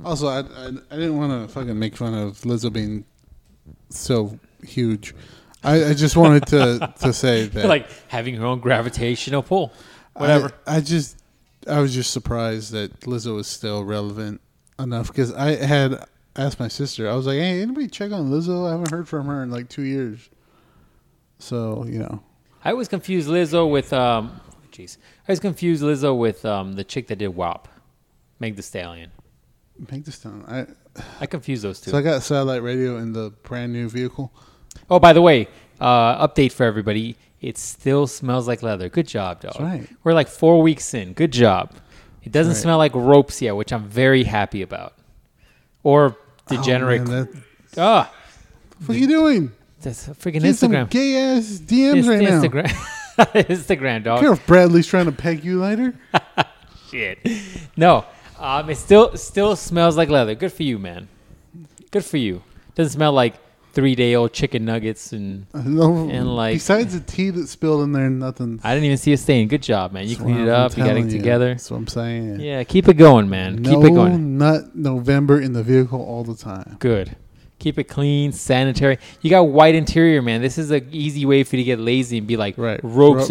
Speaker 1: Also, I I, I didn't want to fucking make fun of Lizzo being so huge. I, I just wanted to to say that
Speaker 3: like having her own gravitational pull.
Speaker 1: I-
Speaker 3: Whatever.
Speaker 1: I, just I was just surprised that Lizzo was still relevant enough because I had asked my sister. I was like, "Hey, anybody check on Lizzo? I haven't heard from her in like two years." So you know,
Speaker 3: I always confuse Lizzo with um, jeez, I always confuse Lizzo with um the chick that did WAP, Meg the Stallion.
Speaker 1: make this time. I
Speaker 3: I confuse those two.
Speaker 1: so I got satellite radio in the brand new vehicle.
Speaker 3: Oh, by the way, uh, update for everybody. It still smells like leather. Good job, dog.
Speaker 1: right.
Speaker 3: We're like four weeks in. Good job. It doesn't
Speaker 1: right.
Speaker 3: smell like ropes yet, which I'm very happy about. Or degenerate.
Speaker 1: Oh, man, that-
Speaker 3: Ah,
Speaker 1: what are you doing?
Speaker 3: that's a freaking
Speaker 1: Get some
Speaker 3: Instagram.
Speaker 1: gay ass DMs
Speaker 3: It's
Speaker 1: right now.
Speaker 3: Instagram. Instagram, dog.
Speaker 1: care if Bradley's trying to peg you later.
Speaker 3: Shit. No. Um, it still still smells like leather. Good for you, man. Good for you. Doesn't smell like three day old chicken nuggets and
Speaker 1: Uh, No,
Speaker 3: And, like-
Speaker 1: besides the tea that spilled in there, nothing.
Speaker 3: I didn't even see a stain. Good job, man. You
Speaker 1: That's
Speaker 3: cleaned
Speaker 1: what
Speaker 3: it
Speaker 1: I'm
Speaker 3: up, you got
Speaker 1: telling
Speaker 3: it together.
Speaker 1: That's what I'm saying.
Speaker 3: Yeah, keep it going, man.
Speaker 1: No,
Speaker 3: keep it going.
Speaker 1: not November in the vehicle all the time.
Speaker 3: Good. Keep it clean, sanitary. You got white interior, man. This is an easy way for you to get lazy and be like
Speaker 1: Right.
Speaker 3: ropes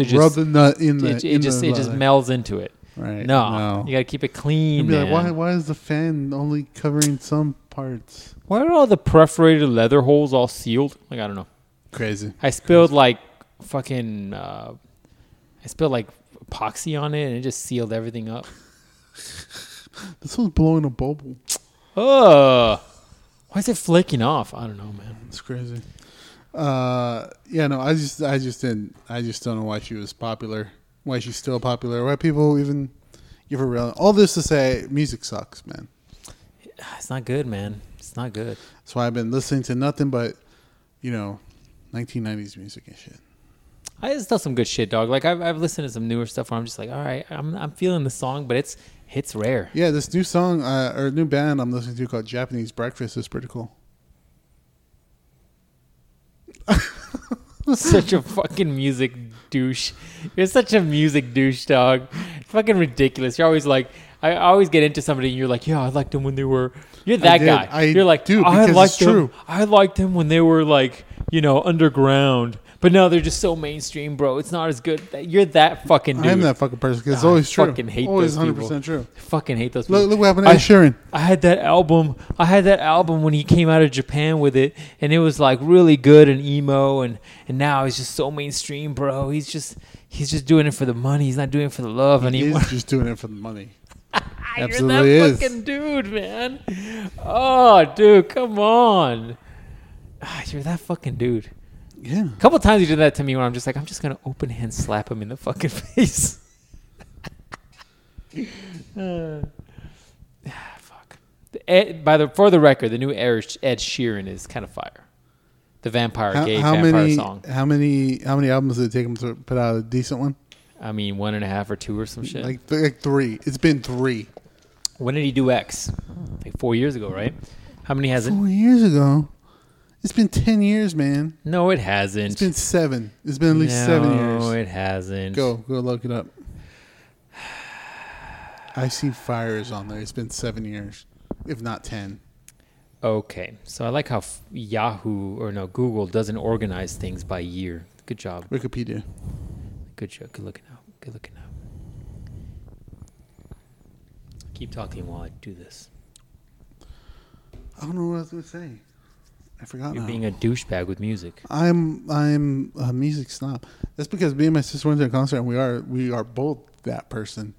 Speaker 1: Rub,
Speaker 3: are
Speaker 1: rub
Speaker 3: just
Speaker 1: the nut in the.
Speaker 3: it, it
Speaker 1: in
Speaker 3: just
Speaker 1: the
Speaker 3: it just
Speaker 1: leather.
Speaker 3: melds into it.
Speaker 1: Right.
Speaker 3: No, you
Speaker 1: You
Speaker 3: gotta keep it
Speaker 1: would
Speaker 3: clean,
Speaker 1: be
Speaker 3: man.
Speaker 1: like, why? Why is the fan only covering some parts?
Speaker 3: why are all the perforated leather holes all sealed? Like I don't know.
Speaker 1: Crazy.
Speaker 3: I spilled like fucking. Uh, I spilled like epoxy on it, and it just sealed everything up.
Speaker 1: This one's blowing a bubble.
Speaker 3: Ugh. Why is it flaking off? I don't know, man.
Speaker 1: It's crazy. Uh, yeah, no, I just, I just didn't, I just don't know why she was popular, why she's still popular, why people even give her real. All this to say, music sucks, man.
Speaker 3: It's not good, man. It's not good.
Speaker 1: That's why I've been listening to nothing but, you know, 1990s music and shit.
Speaker 3: I just still some good shit, dog. Like I've I've listened to some newer stuff where I'm just like, all right, I'm I'm feeling the song, but it's Hits rare.
Speaker 1: Yeah, this new song uh, or new band I'm listening to called Japanese Breakfast is pretty cool.
Speaker 3: such a fucking music douche. You're such a music douche, dog. Fucking ridiculous. You're always like, I always get into somebody and you're like, yeah, I liked them when they were. You're that
Speaker 1: did.
Speaker 3: guy.
Speaker 1: I
Speaker 3: you're like,
Speaker 1: do,
Speaker 3: I
Speaker 1: because it's
Speaker 3: liked them.
Speaker 1: true."
Speaker 3: I liked them when they were like, you know, underground. But now they're just so mainstream, bro. It's not as good. You're that fucking dude.
Speaker 1: I am that fucking person because it's
Speaker 3: I
Speaker 1: always true.
Speaker 3: fucking hate
Speaker 1: always
Speaker 3: those
Speaker 1: 100
Speaker 3: people.
Speaker 1: percent true.
Speaker 3: Fucking hate those people.
Speaker 1: Look, look what happened to
Speaker 3: I-
Speaker 1: Ed Sheeran.
Speaker 3: I had that album. I had that album when he came out of Japan with it, and it was like really good and emo, and and now he's just so mainstream, bro. He's just he's just doing it for the money. He's not doing it for the love anymore.
Speaker 1: He's just doing it for the money.
Speaker 3: You're
Speaker 1: Absolutely
Speaker 3: that
Speaker 1: is.
Speaker 3: fucking dude, man. Oh, dude, come on. Ah, You're that fucking dude.
Speaker 1: Yeah.
Speaker 3: A couple times he did that to me when I'm just like, I'm just gonna open hand slap him in the fucking face. uh, ah, fuck. The Ed, by the for the record, the new Ed Ed Sheeran is kind of fire. The vampire
Speaker 1: How,
Speaker 3: gay
Speaker 1: how
Speaker 3: vampire
Speaker 1: many?
Speaker 3: song.
Speaker 1: How many? How many albums did it take him to put out a decent one?
Speaker 3: I mean, one and a half or two or some shit.
Speaker 1: Like th- like three. It's been three.
Speaker 3: when did he do X? Like four years ago, right? How many has it?
Speaker 1: Four years ago. It's been ten years, man.
Speaker 3: No, it hasn't.
Speaker 1: It's been seven. It's been at least seven
Speaker 3: No,
Speaker 1: years.
Speaker 3: it hasn't.
Speaker 1: Go go look it up. I see fires on there. It's been seven years, if not ten.
Speaker 3: Okay, so I like how f- Yahoo or no Google doesn't organize things by year. Good job.
Speaker 1: Wikipedia.
Speaker 3: Good show. Good looking out. Good looking out. Keep talking while I do this.
Speaker 1: I don't know what I was gonna say. I forgot.
Speaker 3: You're
Speaker 1: now.
Speaker 3: being a douchebag with music.
Speaker 1: I'm I'm a music snob. That's because me and my sister went to a concert, and we are we are both that person.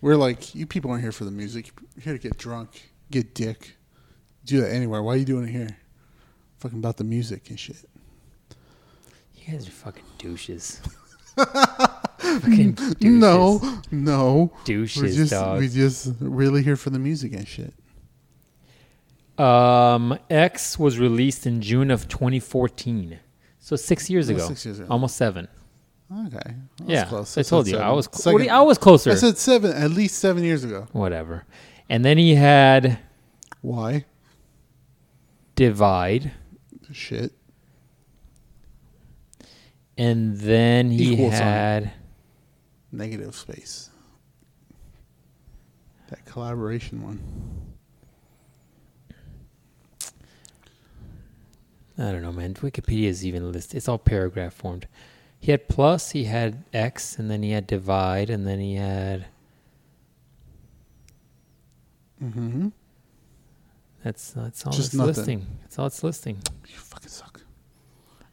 Speaker 1: We're like, you people aren't here for the music. You're here to get drunk, get dick, do that anywhere. Why are you doing it here? Fucking about the music and shit.
Speaker 3: You guys are fucking douches. fucking douches.
Speaker 1: No, no.
Speaker 3: Douches,
Speaker 1: we just
Speaker 3: dog.
Speaker 1: we just really here for the music and shit.
Speaker 3: Um, X was released in June of 2014. So six years
Speaker 1: Oh,
Speaker 3: ago.
Speaker 1: six years ago.
Speaker 3: Almost seven.
Speaker 1: Okay, I was
Speaker 3: yeah.
Speaker 1: close.
Speaker 3: I
Speaker 1: said
Speaker 3: told you. I
Speaker 1: seven.
Speaker 3: was, cl-
Speaker 1: Second-
Speaker 3: what do you- I was closer.
Speaker 1: I said seven, at least seven years ago.
Speaker 3: Whatever. And then he had
Speaker 1: Why?
Speaker 3: Divide.
Speaker 1: Shit.
Speaker 3: And then he
Speaker 1: Equal sign.
Speaker 3: had.
Speaker 1: negative space. That collaboration one.
Speaker 3: I don't know, man. Wikipedia is even listed. It's all paragraph formed. He had plus, he had x, and then he had divide, and then he had.
Speaker 1: Mm-hmm.
Speaker 3: That's that's all
Speaker 1: Just
Speaker 3: it's
Speaker 1: nothing.
Speaker 3: listing. That's all it's listing.
Speaker 1: You fucking suck.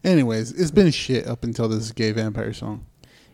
Speaker 1: Anyways, it's been shit up until this gay vampire song.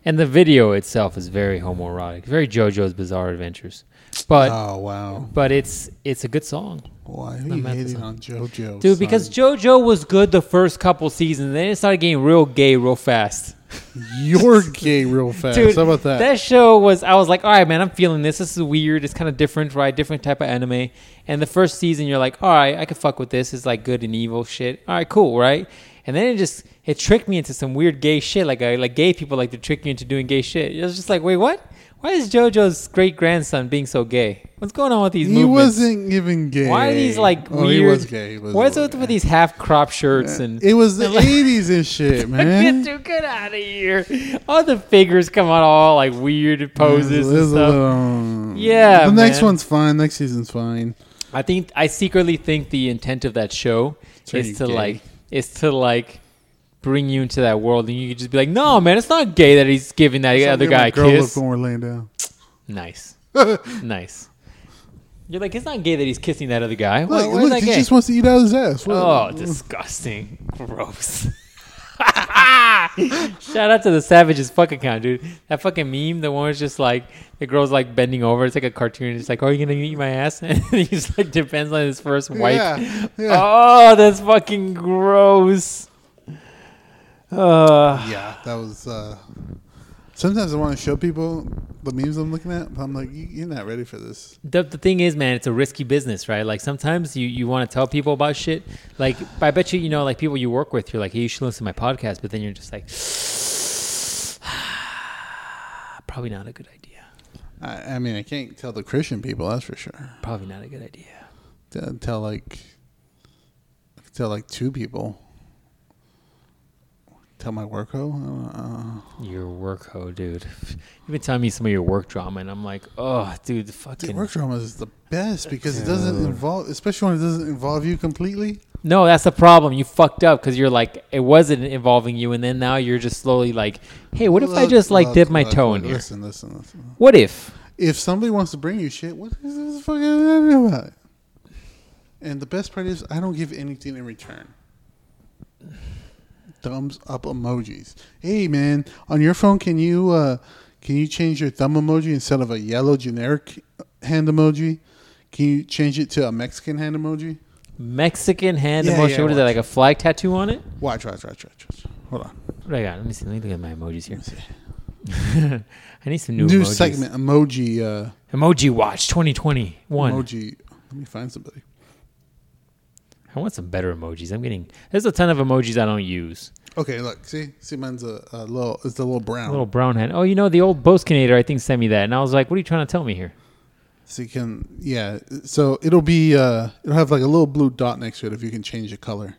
Speaker 3: And the video itself is very homoerotic, very JoJo's Bizarre Adventures, but
Speaker 1: oh wow!
Speaker 3: but it's it's a good song,
Speaker 1: Why are
Speaker 3: the
Speaker 1: you
Speaker 3: meth
Speaker 1: hating
Speaker 3: song.
Speaker 1: on JoJo?
Speaker 3: dude. Because
Speaker 1: son?
Speaker 3: JoJo was good the first couple seasons, then it started getting real gay real fast.
Speaker 1: you're gay real fast.
Speaker 3: Dude,
Speaker 1: How about that?
Speaker 3: show was. I was like, all right, man, I'm feeling this. This is weird. It's kind of different, right? Different type of anime. And the first season, you're like, all right, I can fuck with this. It's like good and evil shit. All right, cool, right? And then it just it tricked me into some weird gay shit. Like I like gay people like to trick you into doing gay shit. It was just like, wait, what? Why is JoJo's great grandson being so gay? What's going on with these?
Speaker 1: he
Speaker 3: movements?
Speaker 1: wasn't even gay.
Speaker 3: Why are these like
Speaker 1: Oh,
Speaker 3: weird?
Speaker 1: He was gay. He was
Speaker 3: What's
Speaker 1: really
Speaker 3: up
Speaker 1: gay.
Speaker 3: with these half crop shirts and
Speaker 1: It was the '80s and shit, man.
Speaker 3: Get, dude, get out of here. All the figures come out all like weird poses
Speaker 1: It
Speaker 3: and
Speaker 1: was a
Speaker 3: stuff.
Speaker 1: little-
Speaker 3: Yeah,
Speaker 1: The next
Speaker 3: man.
Speaker 1: one's fine. Next season's fine.
Speaker 3: I think I secretly think the intent of that show
Speaker 1: Turn you
Speaker 3: is to
Speaker 1: gay.
Speaker 3: like is to like bring you into that world and you could just be like, No man, it's not gay that he's giving that other
Speaker 1: Something
Speaker 3: guy
Speaker 1: my
Speaker 3: a
Speaker 1: girl
Speaker 3: kiss.
Speaker 1: looked when we're laying down.
Speaker 3: Nice. nice. You're like, it's not gay that he's kissing that other guy. What,
Speaker 1: Look,
Speaker 3: what is
Speaker 1: look,
Speaker 3: that
Speaker 1: he
Speaker 3: gay?
Speaker 1: just wants to eat out his ass. What-
Speaker 3: Oh, disgusting. Gross. Shout out to the Savages fuck account, dude. That fucking meme, the one was just like the girl's like bending over. It's like a cartoon. It's like, oh, are you gonna eat my ass? And he's like depends on his first wife.
Speaker 1: Yeah, yeah.
Speaker 3: Oh, that's fucking gross. Uh,
Speaker 1: yeah, that was. Uh, sometimes I want to show people the memes I'm looking at, but I'm like, "You- you're not ready for this.
Speaker 3: the, the thing is, man, it's a risky business, right? Like sometimes you, you want to tell people about shit. Like I bet you, you know, like people you work with, you're like, hey, you should listen to my podcast, but then you're just like, probably not a good idea.
Speaker 1: I I, I mean, I can't tell the Christian people. That's for sure.
Speaker 3: Probably not a good idea.
Speaker 1: T- Tell like, I could tell like two people. Tell my work hoe. I don't uh, know.
Speaker 3: Your work hoe, dude. You've been telling me some of your work drama, and I'm like, oh, dude, the
Speaker 1: Dude,
Speaker 3: fucking.
Speaker 1: work dramas is the best because it doesn't involve, especially when it doesn't involve you completely.
Speaker 3: No, that's the problem. You fucked up because you're like, it wasn't involving you, and then now you're just slowly like, hey, what if I
Speaker 1: Look,
Speaker 3: just like
Speaker 1: look,
Speaker 3: dip my
Speaker 1: look,
Speaker 3: toe
Speaker 1: look,
Speaker 3: in here?
Speaker 1: Listen, listen, listen.
Speaker 3: What if?
Speaker 1: If somebody wants to bring you shit, what is this fucking about? And the best part is, I don't give anything in return. Thumbs up emojis. Hey man, on your phone, can you uh, can you change your thumb emoji instead of a yellow generic hand emoji? Can you change it to a Mexican hand emoji?
Speaker 3: Mexican hand
Speaker 1: Yeah,
Speaker 3: emotion.
Speaker 1: yeah,
Speaker 3: what is that?
Speaker 1: watch.
Speaker 3: Like a flag tattoo on it?
Speaker 1: Watch, watch, watch, watch, watch. Hold on.
Speaker 3: What do I got? Let me see. Let me look at my emojis here. I need some new,
Speaker 1: New,
Speaker 3: emojis.
Speaker 1: segment emoji. Uh,
Speaker 3: Emoji Watch 2021.
Speaker 1: Emoji. Let me find somebody.
Speaker 3: I want some better emojis. I'm getting. There's a ton of emojis I don't use.
Speaker 1: Okay, look, see, see, mine's a, a little. It's a little brown.
Speaker 3: Little brown head. Oh, you know the old Boskinator. I think sent me that, and I was like, "What are you trying to tell me here?"
Speaker 1: So you can, yeah. So it'll be. uh It'll have like a little blue dot next to it if you can change the color.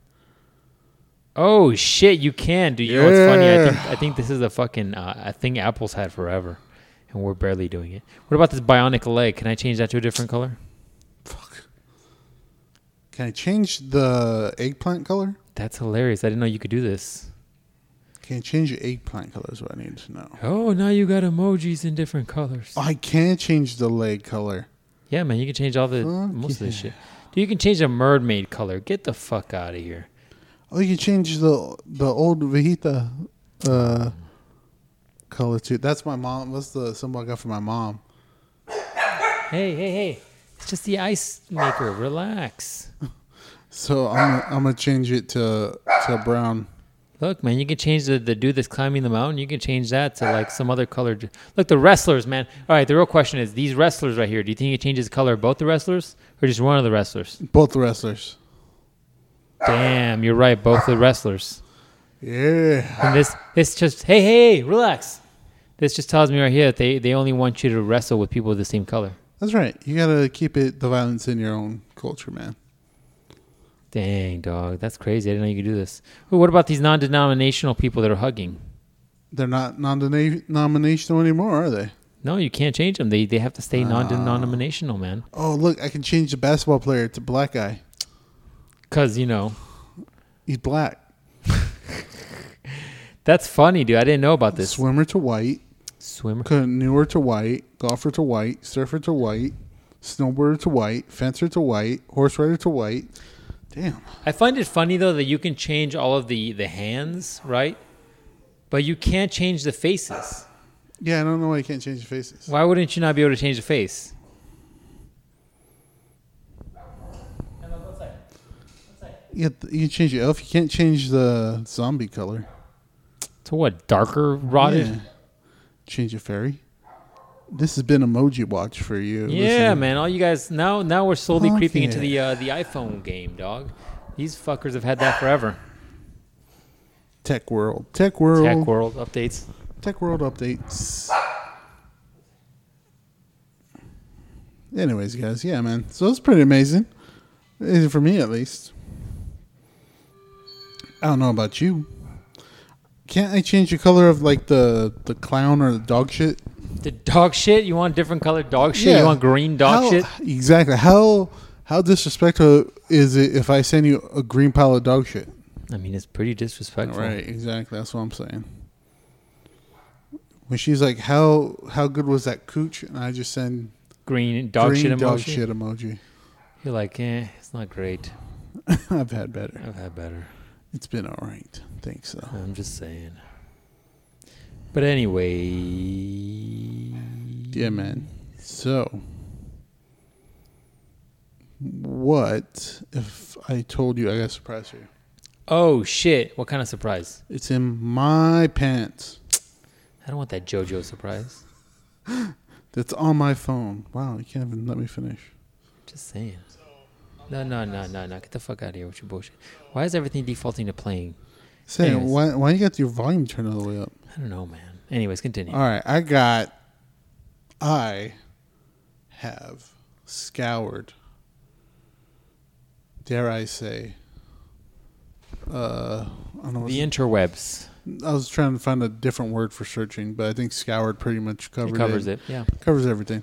Speaker 3: Oh shit, you can. Do you know what's funny? I think
Speaker 1: Yeah.
Speaker 3: I think this is a fucking uh, a thing Apple's had forever, and we're barely doing it. What about this bionic leg? Can I change that to a different color?
Speaker 1: Fuck. Can I change the eggplant color?
Speaker 3: That's hilarious. I didn't know you could do this.
Speaker 1: Can I change the eggplant color? Is what I need to know.
Speaker 3: Oh, now you got emojis in different colors.
Speaker 1: I can change the leg color.
Speaker 3: Yeah, man, you can change all the
Speaker 1: Fuck
Speaker 3: most of this
Speaker 1: yeah.
Speaker 3: shit. Dude, you can change a mermaid color. Get the fuck out of here.
Speaker 1: Oh, you can change the the old Vegeta uh, color too. That's my mom. That's the symbol I got for my mom.
Speaker 3: Hey, hey, hey! It's just the ice maker. Relax.
Speaker 1: So I'm I'm gonna change it to to brown.
Speaker 3: Look, man, you can change the, the dude that's climbing the mountain. You can change that to like some other color. Look, the wrestlers, man. All right, the real question is these wrestlers right here. Do you think it changes the color of both the wrestlers or just one of the wrestlers?
Speaker 1: Both wrestlers. Ah.
Speaker 3: Damn, you're right, both the wrestlers.
Speaker 1: Yeah.
Speaker 3: And this this just hey hey relax. This just tells me right here that they they only want you to wrestle with people of the same color.
Speaker 1: That's right. You gotta keep it the violence in your own culture, man.
Speaker 3: Dang, dog, that's crazy. I didn't know you could do this. Ooh, what about these non-denominational people that are hugging?
Speaker 1: They're not non-denominational anymore, are they?
Speaker 3: No, you can't change them. They they have to stay non-denominational, man.
Speaker 1: Oh, look, I can change the basketball player to black guy.
Speaker 3: Cause you know.
Speaker 1: He's black.
Speaker 3: That's funny, dude. I didn't know about this.
Speaker 1: Swimmer to white,
Speaker 3: Swimmer.
Speaker 1: canoeer to white, golfer to white, surfer to white, snowboarder to white, fencer to white, horse rider to white. Damn.
Speaker 3: I find it funny though that you can change all of the the hands, right? But you can't change the faces.
Speaker 1: Yeah, I don't know why you can't change your faces.
Speaker 3: Why wouldn't you not be able to change the face?
Speaker 1: Yeah, th- you can change your elf. You can't change the zombie color.
Speaker 3: To what? Darker rotted?
Speaker 1: Change your fairy. This has been Emoji Watch for you.
Speaker 3: Yeah,
Speaker 1: Listen.
Speaker 3: man. All you guys now now we're slowly
Speaker 1: Fuck
Speaker 3: creeping
Speaker 1: yeah.
Speaker 3: into the uh, the iPhone game, dog. These fuckers have had that forever.
Speaker 1: Tech World. Tech World.
Speaker 3: Tech world updates.
Speaker 1: Tech World updates. Anyways, guys, yeah, man. So it's pretty amazing. Amazing for me, at least. I don't know about you. Can't I change the color of like the the clown or the dog shit?
Speaker 3: The dog shit. You want different colored dog shit? You want green dog
Speaker 1: How-
Speaker 3: shit?
Speaker 1: Exactly. How how disrespectful is it if I send you a green pile of dog shit?
Speaker 3: I mean, it's pretty disrespectful.
Speaker 1: Right, exactly. That's what I'm saying. When she's like, "How how good was that cooch?" and I just send
Speaker 3: Green dog
Speaker 1: green
Speaker 3: shit emoji.
Speaker 1: dog shit emoji.
Speaker 3: You're like, eh, it's not great.
Speaker 1: I've had better.
Speaker 3: I've had better.
Speaker 1: It's been all right. Think so.
Speaker 3: I'm just saying. But anyway,
Speaker 1: Yeah, man. So, what if I told you I got a surprise for you?
Speaker 3: oh shit! What kind of surprise?
Speaker 1: It's in my pants.
Speaker 3: I don't want that JoJo surprise.
Speaker 1: That's on my phone. Wow, you can't even let me finish.
Speaker 3: Just saying. No, no, no, no, no! Get the fuck out of here with your bullshit. Why is everything defaulting to playing?
Speaker 1: Say,
Speaker 3: Anyways.
Speaker 1: why why you got your volume turned all the way up?
Speaker 3: I don't know, man. Anyways, continue.
Speaker 1: All right, I got I have scoured, dare I say, uh, I don't know. what's-
Speaker 3: The interwebs.
Speaker 1: I was trying to find a different word for searching, but I think scoured pretty much covered
Speaker 3: It covers it. Yeah.
Speaker 1: Covers everything.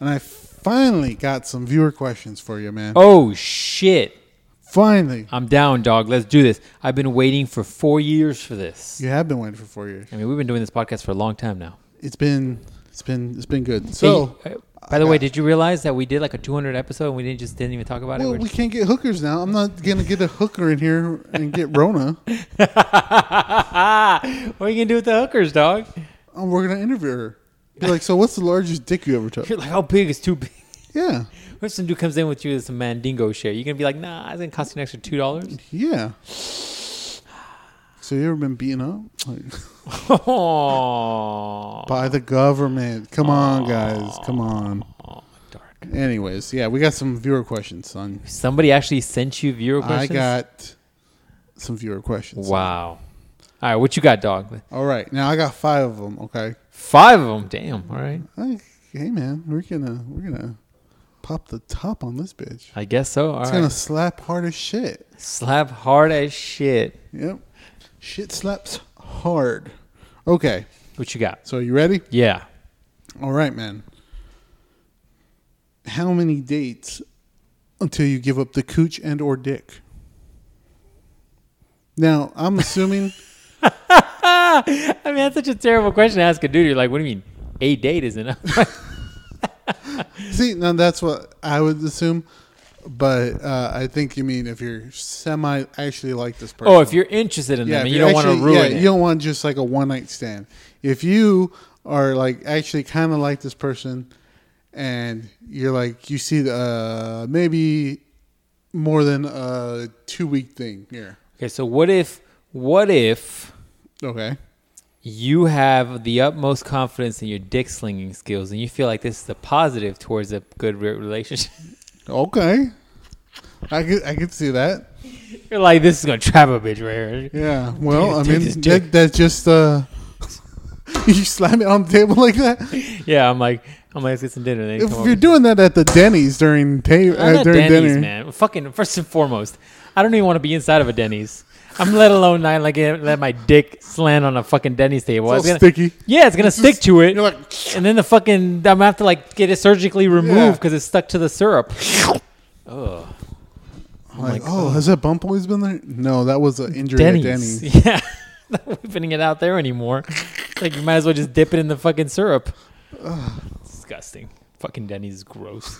Speaker 1: And I finally got some viewer questions for you, man.
Speaker 3: Oh shit!
Speaker 1: Finally,
Speaker 3: I'm down, dog. Let's do this. I've been waiting for four years for this.
Speaker 1: you have been waiting for four years.
Speaker 3: I mean, we've been doing this podcast for a long time now.
Speaker 1: It's been, it's been, it's been good. So,
Speaker 3: Hey, uh, by the way, did you realize that we did like a 200 episode and we didn't just didn't even talk about
Speaker 1: well,
Speaker 3: it? We're
Speaker 1: we can't get hookers now. I'm not gonna get a hooker in here and get Rona.
Speaker 3: just- what are you gonna do with the hookers, dog?
Speaker 1: Um, we're gonna interview her. Be like, so what's the largest dick you ever took?
Speaker 3: You're like, how big is too big?
Speaker 1: Yeah,
Speaker 3: What if some dude comes in with you with some mandingo shit? You're gonna be like, nah, it's gonna cost you an extra two dollars.
Speaker 1: yeah. So you ever been beaten up Like,
Speaker 3: Oh,
Speaker 1: by the government? Come on, guys, come on.
Speaker 3: dark.
Speaker 1: Anyways, yeah, we got some viewer questions, son.
Speaker 3: Somebody actually sent you viewer
Speaker 1: I
Speaker 3: questions.
Speaker 1: got some viewer questions.
Speaker 3: Wow. All right, what you got, dog?
Speaker 1: All right, now I got five of them. Okay.
Speaker 3: Five of them. Damn. All right.
Speaker 1: Hey, hey, man, we're gonna we're gonna pop the top on this bitch.
Speaker 3: I guess so. All
Speaker 1: It's
Speaker 3: right.
Speaker 1: gonna slap hard as shit.
Speaker 3: Slap hard as shit.
Speaker 1: Yep. Shit slaps hard. Okay.
Speaker 3: What you got?
Speaker 1: So you ready?
Speaker 3: Yeah.
Speaker 1: All right, man. How many dates until you give up the cooch and or dick? Now, I'm assuming
Speaker 3: I mean, that's such a terrible question to ask a dude. You're like, what do you mean? A date is enough.
Speaker 1: See, now that's what I would assume, but uh, I think you mean if you're semi actually like this person.
Speaker 3: oh, if you're interested in them and
Speaker 1: if
Speaker 3: you
Speaker 1: you're
Speaker 3: don't want to
Speaker 1: actually-
Speaker 3: ruin
Speaker 1: yeah,
Speaker 3: it.
Speaker 1: you don't want just like a one night stand. If you are like actually kind of like this person, and you're like you see uh, maybe more than a two week thing here.
Speaker 3: okay, so what if, what if
Speaker 1: Okay.
Speaker 3: you have the utmost confidence in your dick slinging skills and you feel like this is a positive towards a good re- relationship?
Speaker 1: Okay. I could I could see that.
Speaker 3: you're like, this is going to trap a bitch right here.
Speaker 1: Yeah. Well, I
Speaker 3: Take
Speaker 1: mean
Speaker 3: this
Speaker 1: that,
Speaker 3: dick.
Speaker 1: that's just uh, you slam it on the table like that.
Speaker 3: Yeah, I'm like, I'm like, let's get some dinner. Then you
Speaker 1: if
Speaker 3: come
Speaker 1: you're
Speaker 3: over.
Speaker 1: doing that at the Denny's during ta-
Speaker 3: I'm
Speaker 1: uh,
Speaker 3: at
Speaker 1: during
Speaker 3: Denny's,
Speaker 1: dinner,
Speaker 3: man. Fucking first and foremost, I don't even want to be inside of a Denny's. I'm let alone not like let my dick slant on a fucking Denny's table.
Speaker 1: it's
Speaker 3: It's
Speaker 1: all
Speaker 3: gonna-
Speaker 1: sticky.
Speaker 3: Yeah, it's gonna stick to it,
Speaker 1: You're like,
Speaker 3: and then the fucking I'm gonna have to like get it surgically
Speaker 1: Yeah.
Speaker 3: removed because it's stuck to the syrup. Ugh.
Speaker 1: like,
Speaker 3: my
Speaker 1: oh, has that bump always been there? No, that was an injury
Speaker 3: Denny's.
Speaker 1: at Denny's.
Speaker 3: Yeah, not whipping it out there anymore. It's like you might as well just dip it in the fucking syrup. Disgusting. Fucking Denny's is gross.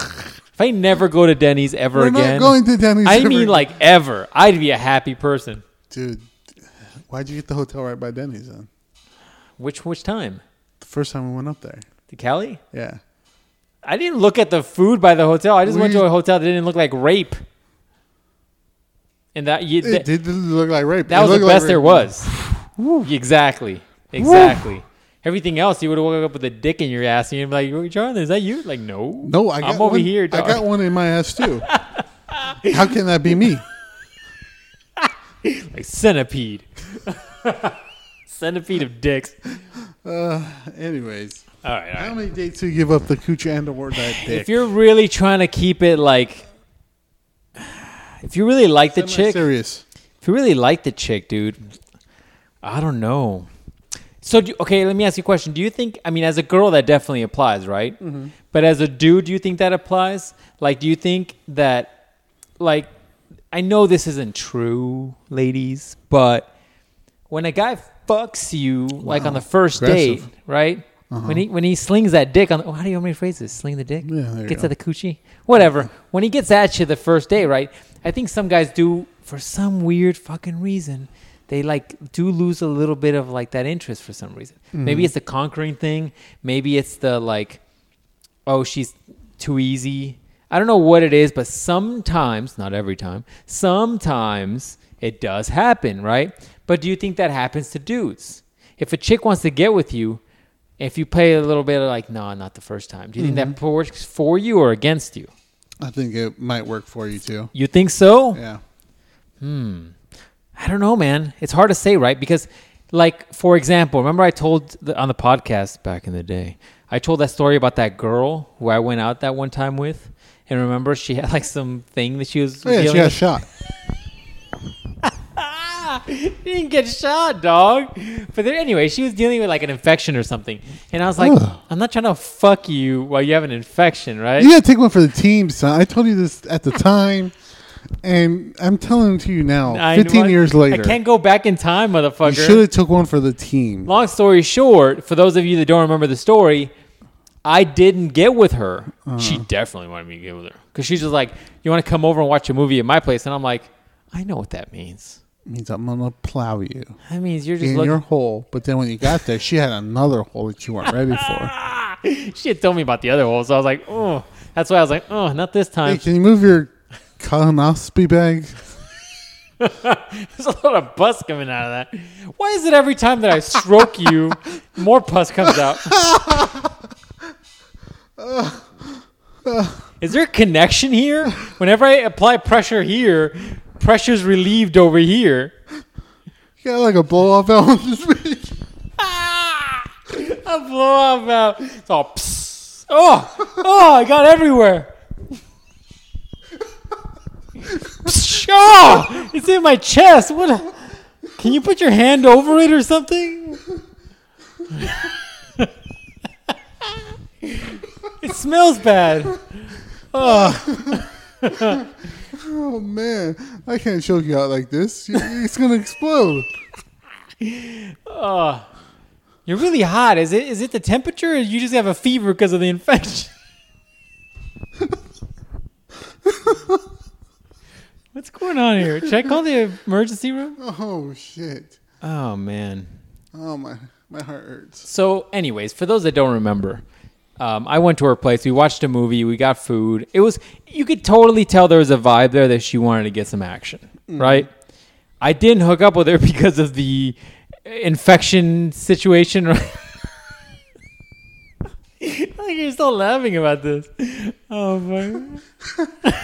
Speaker 3: if I never go to Denny's ever
Speaker 1: We're
Speaker 3: again,
Speaker 1: not going to Denny's.
Speaker 3: I
Speaker 1: ever
Speaker 3: mean,
Speaker 1: again.
Speaker 3: like ever. I'd be a happy person.
Speaker 1: dude, why'd you get the hotel right by Denny's then?
Speaker 3: Which which time?
Speaker 1: The first time we went up there,
Speaker 3: The Cali?
Speaker 1: yeah.
Speaker 3: I didn't look at the food by the hotel. I just went
Speaker 1: We-
Speaker 3: to a hotel that didn't look like rape. And that you,
Speaker 1: It
Speaker 3: that,
Speaker 1: did look like rape.
Speaker 3: that
Speaker 1: It
Speaker 3: was the
Speaker 1: looked like
Speaker 3: best there
Speaker 1: rape.
Speaker 3: was. exactly. Exactly. Everything else, you would have woke up with a dick in your ass and you'd be like, "Yo, Jonathan, is that you? Like, no.
Speaker 1: No, I got
Speaker 3: I'm over
Speaker 1: one-
Speaker 3: here, dog.
Speaker 1: I got one in my ass too. How can that be me?
Speaker 3: Like, centipede. centipede of dicks.
Speaker 1: Anyways,
Speaker 3: All right, all right.
Speaker 1: how many dates do you give up the cooch and or that
Speaker 3: If
Speaker 1: dick?
Speaker 3: you're really trying to keep it like. If you really like the
Speaker 1: Am I
Speaker 3: chick,
Speaker 1: serious.
Speaker 3: If you really like the chick, dude, I don't know. So do, okay, let me ask you a question. Do you think? I mean, as a girl, that definitely applies, right? But as a dude, do you think that applies? Like, do you think that, like, I know this isn't true, ladies, but when a guy fucks you, like on the first
Speaker 1: aggressive.
Speaker 3: date, right? When he when he slings that dick on, oh, how do you want me to phrase this? Sling the dick,
Speaker 1: Yeah, there you
Speaker 3: gets
Speaker 1: go.
Speaker 3: at the coochie, whatever. When he gets at you the first day, right? I think some guys do for some weird fucking reason. They like do lose a little bit of like that interest for some reason.
Speaker 1: Mm-hmm.
Speaker 3: Maybe it's the conquering thing. Maybe it's the like, oh, she's too easy. I don't know what it is, but sometimes, not every time, sometimes it does happen, right? But do you think that happens to dudes? If a chick wants to get with you, if you play a little bit of like, no, not the first time, do you think that works for you or against you?
Speaker 1: I think it might work for you too.
Speaker 3: You think so?
Speaker 1: Yeah.
Speaker 3: I don't know, man. It's hard to say, right? Because, like, for example, remember I told the, on the podcast back in the day, I told that story about that girl who I went out that one time with, and remember she had like some thing that she was.
Speaker 1: Oh, Yeah, she
Speaker 3: dealing
Speaker 1: got
Speaker 3: with?
Speaker 1: shot.
Speaker 3: Ah, you didn't get shot, dog. But then anyway, she was dealing with like an infection or something, and I was like,
Speaker 1: Ugh.
Speaker 3: I'm not trying to fuck you while you have an infection, right?
Speaker 1: You gotta take one for the team, son. I told you this at the time, and I'm telling it to you now.
Speaker 3: I-
Speaker 1: Fifteen
Speaker 3: what-
Speaker 1: years later,
Speaker 3: I can't go back in time,
Speaker 1: you should
Speaker 3: motherfucker.
Speaker 1: have took one for the team.
Speaker 3: Long story short, for those of you that don't remember the story, I didn't get with her.
Speaker 1: Uh-huh.
Speaker 3: She definitely wanted me to get with her because she's just like, "You want to come over and watch a movie at my place?" And I'm like, "I know what that means.
Speaker 1: means I'm gonna plow you
Speaker 3: That means you're just
Speaker 1: in
Speaker 3: looking."
Speaker 1: your hole. But then when you got there, she had another hole that you weren't ready for.
Speaker 3: Ah! she had told me about the other hole, so I was like, "Oh." That's why I was like, "Oh, not this
Speaker 1: Hey,
Speaker 3: time."
Speaker 1: can you move your colonoscopy bag?
Speaker 3: There's a lot of pus coming out of that. Why is it every time that I stroke you, more pus comes out? is there a connection here? Whenever I apply pressure here, pressure's relieved over here.
Speaker 1: You got like a blow off valve. on this bitch.
Speaker 3: Ah! A blow off valve. It's all psst. Oh, oh, I got everywhere. Psst, oh, it's in my chest. What? a- can you put your hand over it or something? it smells bad.
Speaker 1: oh man, I can't choke you out like this. You- It's gonna explode.
Speaker 3: You're really hot. Is it? Is it the temperature, or you just have a fever because of the infection? What's going on here? Should I call the emergency room?
Speaker 1: Oh shit.
Speaker 3: Oh man.
Speaker 1: Oh my, my heart hurts.
Speaker 3: So, anyways, for those that don't remember, um, I went to her place. We watched a movie. We got food. It was you could totally tell there was a vibe there that she wanted to get some action, right? I didn't hook up with her because of the infection situation. Right? like you're still laughing about this. Oh my!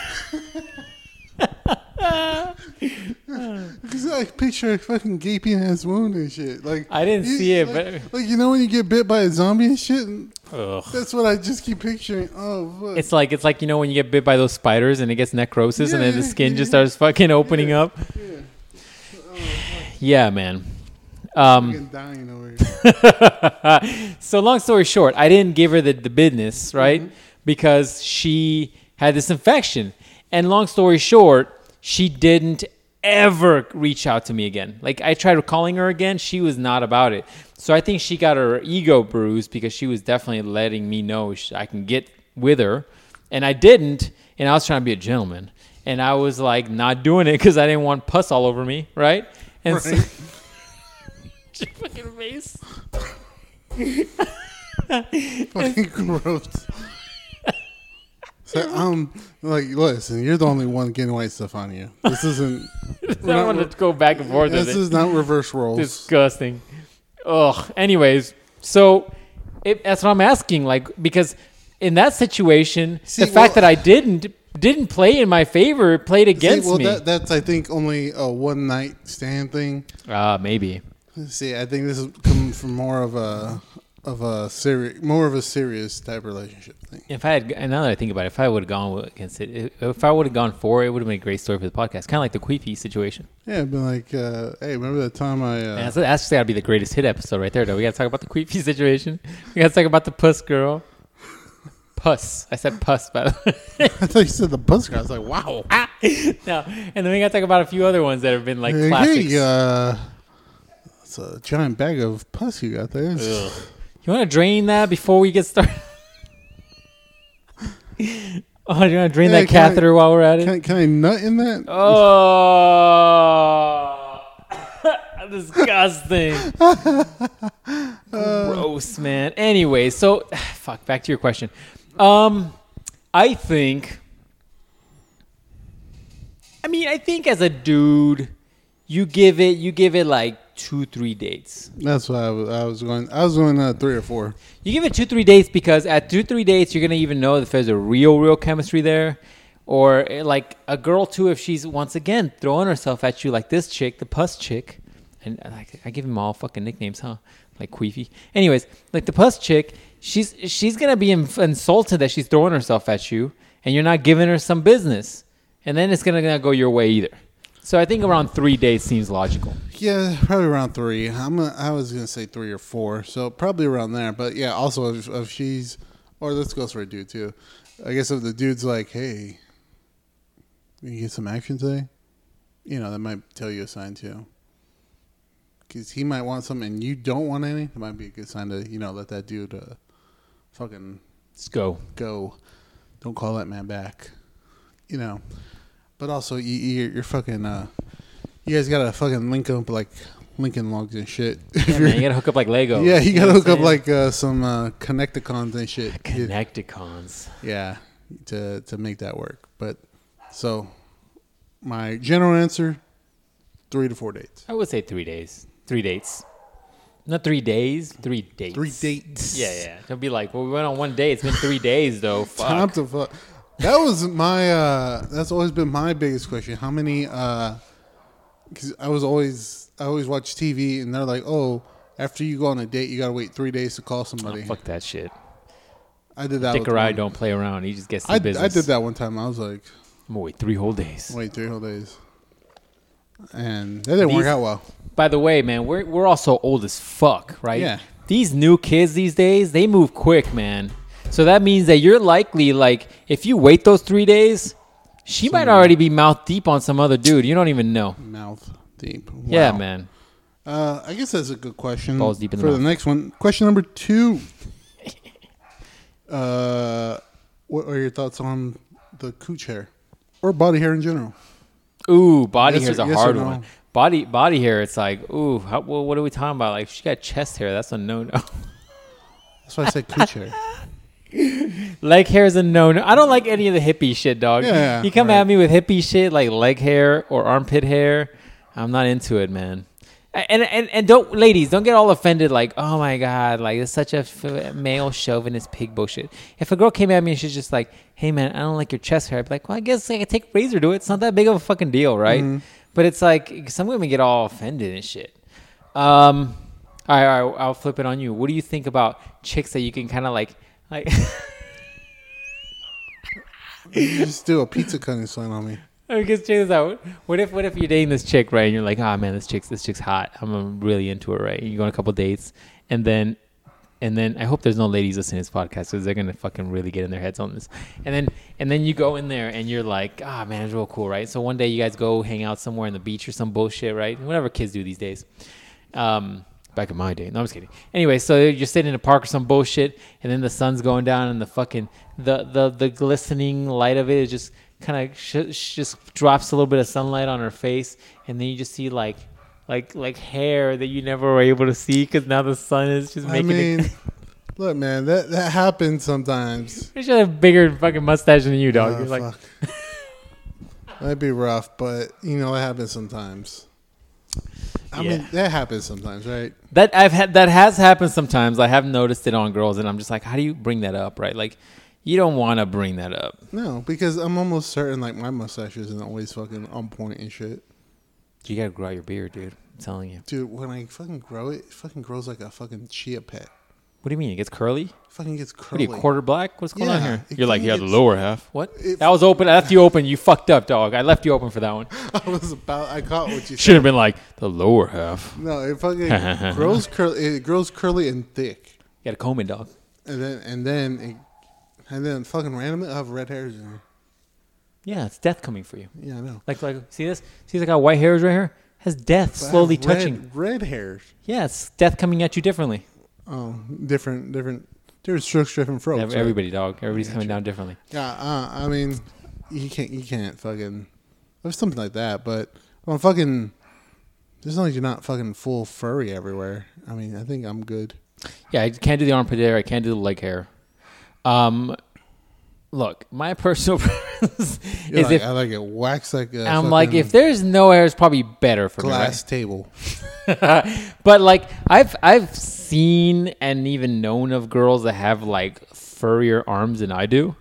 Speaker 1: Cause I picture a fucking gaping ass wound and shit. Like
Speaker 3: I didn't
Speaker 1: you-
Speaker 3: see it,
Speaker 1: like, like you know when you get bit by a zombie and shit. And
Speaker 3: but ugh.
Speaker 1: that's what I just keep picturing. Oh, fuck.
Speaker 3: It's like it's like you know when you get bit by those spiders and it gets necrosis and then
Speaker 1: Yeah,
Speaker 3: the skin
Speaker 1: yeah,
Speaker 3: just starts fucking opening up. Yeah, man. Um,
Speaker 1: fucking dying over here.
Speaker 3: so long story short, I didn't give her the, the business right because she had this infection. And long story short, she didn't ever reach out to me again. Like I tried calling her again, she was not about it. So I think she got her ego bruised because she was definitely letting me know sh- I can get with her, and I didn't. And I was trying to be a gentleman, and I was like not doing it because I didn't want pus all over me, right? And so-
Speaker 1: Right.
Speaker 3: your fucking face.
Speaker 1: fucking gross. So um, like listen, you're the only one getting white stuff on you. This isn't.
Speaker 3: I don't want to go back and forth with
Speaker 1: this
Speaker 3: it.
Speaker 1: is not reverse roles.
Speaker 3: disgusting. Ugh. Anyways, so it, that's what I'm asking. Like, because in that situation,
Speaker 1: See,
Speaker 3: the fact
Speaker 1: well-
Speaker 3: that I didn't didn't play in my favor, it played
Speaker 1: See,
Speaker 3: against
Speaker 1: well,
Speaker 3: me.
Speaker 1: that, that's I think only a one night stand thing.
Speaker 3: Ah, maybe.
Speaker 1: See, I think this is coming from more of a of a serious, more of a serious type relationship thing.
Speaker 3: If I had, and now that I think about it, if I would have gone against it, if I would have gone for it, it would have been a great story for the podcast. Kind of like the Queefy situation.
Speaker 1: Yeah, I've been like, uh, hey, remember that time I? Uh,
Speaker 3: And that's, that's got to be the greatest hit episode right there, though. We got to talk about the Queefy situation. We got to talk about the puss girl. Puss. I said puss, by the way.
Speaker 1: I thought you said the bus guy. I was like, wow.
Speaker 3: Ah! no, and then we got to talk about a few other ones that have been like
Speaker 1: Hey,
Speaker 3: classics.
Speaker 1: hey, uh, it's a giant bag of pus you got there.
Speaker 3: You want to drain that before we get started? oh, you want to drain
Speaker 1: Hey,
Speaker 3: that
Speaker 1: can I-
Speaker 3: catheter while we're at it?
Speaker 1: Can, I- can I nut in that?
Speaker 3: oh, disgusting! Oh. Gross, man. Anyway, so fuck. Back to your question. Um, I think. I mean, I think as a dude, you give it, you give it like two, three dates.
Speaker 1: That's why I was, I was going. I was going uh, three or four.
Speaker 3: You give it two, three dates because at two, three dates, you're gonna even know if there's a real, real chemistry there, or eh, like a girl too, if she's once again throwing herself at you like this chick, the pus chick, uh, and I like I give them all fucking nicknames, huh? Like Queefy. Anyways, like the pus chick, she's she's gonna be in, insulted that she's throwing herself at you, and you're not giving her some business, and then it's gonna not go your way either. So I think around three days seems logical.
Speaker 1: Yeah, probably around three. I'm a, I was gonna say three or four, so probably around there. But yeah, also if, if she's, or this goes for a dude too. I guess if the dude's like, "Hey, you get some action today," you know that might tell you a sign too. Because he might want some, and you don't want any. It might be a good sign to you know let that dude uh, fucking
Speaker 3: Let's go.
Speaker 1: go. Don't call that man back. You know, but also you, you, you're fucking. Uh, you guys gotta fucking link up like Lincoln logs and shit.
Speaker 3: Yeah, man, you gotta hook up like Lego.
Speaker 1: yeah, you gotta
Speaker 3: know what
Speaker 1: hook up
Speaker 3: I'm
Speaker 1: like uh, some uh, connecticons and shit.
Speaker 3: saying? Connecticons.
Speaker 1: Yeah, to to make that work. But so my general answer: three to four dates.
Speaker 3: I would say three days. Three dates. Not three days. Three dates.
Speaker 1: Three dates.
Speaker 3: Yeah, yeah. It'll be like, well, we went on one day. It's been three days though.
Speaker 1: Time
Speaker 3: Fuck.
Speaker 1: to fuck. That was my. uh That's always been my biggest question. How many? uh 'cause I was always I always watch TV and they're like, oh, after you go on a date, you gotta wait three days to call somebody.
Speaker 3: Fuck that shit.
Speaker 1: I did that.
Speaker 3: Dick
Speaker 1: with
Speaker 3: or I
Speaker 1: one.
Speaker 3: don't play around. He just gets to
Speaker 1: I,
Speaker 3: business.
Speaker 1: I did that one time. I was like,
Speaker 3: I'm gonna wait three whole days.
Speaker 1: wait three whole days, and that didn't work
Speaker 3: These-
Speaker 1: out well.
Speaker 3: By the way, man, we're we're also old as fuck, right?
Speaker 1: Yeah.
Speaker 3: These new kids these days, they move quick, man. So that means that you're likely like if you wait those three days, she might already be mouth deep on some other dude. You don't even know.
Speaker 1: Mouth deep. Wow.
Speaker 3: Yeah, man.
Speaker 1: Uh, I guess that's a good question
Speaker 3: Balls deep in the
Speaker 1: for the,
Speaker 3: mouth.
Speaker 1: next one. Question number two. uh, what are your thoughts on the cooch hair or body hair in general?
Speaker 3: Ooh, body
Speaker 1: Yes
Speaker 3: hair's
Speaker 1: or-
Speaker 3: a
Speaker 1: yes or
Speaker 3: hard
Speaker 1: no?
Speaker 3: one. Body body hair, it's like ooh, how, well, what are we talking about? Like if she got chest hair, that's a no no.
Speaker 1: That's why I said cooch hair.
Speaker 3: leg hair is a no no. I don't like any of the hippie shit, dog.
Speaker 1: Yeah,
Speaker 3: you come
Speaker 1: right.
Speaker 3: at me with hippie shit like leg hair or armpit hair, I'm not into it, man. And, and and don't ladies don't get all offended like oh my god like it's such a f- male chauvinist pig bullshit. If a girl came at me and she's just like hey man I don't like your chest hair I'd be like well I guess I could take a razor to it it's not that big of a fucking deal right
Speaker 1: Mm-hmm.
Speaker 3: but it's like some women get all offended and shit. Um, all right, all right I'll flip it on you. What do you think about chicks that you can kind of like like
Speaker 1: You just do a pizza cutting sign on me.
Speaker 3: Because check this out. What if what if you're dating this chick, right? And you're like, ah man, this chick's this chick's hot. I'm um, really into her, right? And you go on a couple dates, and then and then I hope there's no ladies listening to this podcast because they're gonna fucking really get in their heads on this. And then and then you go in there and you're like, ah man, it's real cool, right? So one day you guys go hang out somewhere on the beach or some bullshit, right? Whatever kids do these days. Um, back in my day. No, I'm just kidding. Anyway, so you're sitting in a park or some bullshit, and then the sun's going down, and the fucking the the the glistening light of it is just kind of sh- sh- just drops a little bit of sunlight on her face, and then you just see like like like hair that you never were able to see because now the sun is just
Speaker 1: I
Speaker 3: making it.
Speaker 1: mean, look, man, that that happens sometimes.
Speaker 3: She had a bigger fucking mustache than you, dog.
Speaker 1: Oh,
Speaker 3: You're like,
Speaker 1: fuck. That'd be rough, but you know it happens sometimes. I mean,
Speaker 3: Yeah.
Speaker 1: that happens sometimes, right?
Speaker 3: That I've had that has happened sometimes. I have noticed it on girls, and I'm just like, how do you bring that up, right? Like, you don't want to bring that up.
Speaker 1: No, because I'm almost certain like my mustache isn't always fucking on point and shit.
Speaker 3: You gotta grow out your beard, dude. I'm telling you.
Speaker 1: Dude, when I fucking grow it, it fucking grows like a fucking chia pet. It
Speaker 3: What do you mean? It gets curly?
Speaker 1: fucking gets
Speaker 3: What
Speaker 1: curly.
Speaker 3: are you, quarter black? What's going on
Speaker 1: Yeah,
Speaker 3: here?
Speaker 1: it
Speaker 3: You're like,
Speaker 1: kinda
Speaker 3: yeah, the
Speaker 1: gets-
Speaker 3: lower half. What?
Speaker 1: It-
Speaker 3: that was open. I left you open. You fucked up, dog. I left you open for that one.
Speaker 1: I was about. I caught what you
Speaker 3: Should
Speaker 1: said.
Speaker 3: have been like, the lower half.
Speaker 1: No, it fucking grows curly. It grows curly and thick,
Speaker 3: You gotta comb it, dog.
Speaker 1: and then and then it, and then fucking randomly I have red hairs. In there.
Speaker 3: Yeah, it's death coming for you.
Speaker 1: Yeah, I know.
Speaker 3: Like, like, see this? See, I got white hairs right here? Has death
Speaker 1: But I have
Speaker 3: slowly
Speaker 1: red-
Speaker 3: touching.
Speaker 1: red hairs.
Speaker 3: Yeah, it's death coming at you differently.
Speaker 1: Oh, different, different, different strokes, different folks.
Speaker 3: Ev-
Speaker 1: right?
Speaker 3: Everybody, dog. Everybody's coming down differently.
Speaker 1: Yeah, uh, I mean, you can't, you can't fucking. There's something like that, but well, fucking. As long as you're not fucking full furry everywhere. I mean, I think I'm good.
Speaker 3: Yeah, I can't do the armpit hair. I can't do the leg hair. Um, look, my personal preference
Speaker 1: You're
Speaker 3: is
Speaker 1: like, "Oh,
Speaker 3: if
Speaker 1: I like it wax like a.
Speaker 3: I'm like,
Speaker 1: fucking
Speaker 3: if there's no hair, it's probably better for
Speaker 1: glass table.
Speaker 3: me. Right? but like, I've I've seen and even known of girls that have like furrier arms than I do,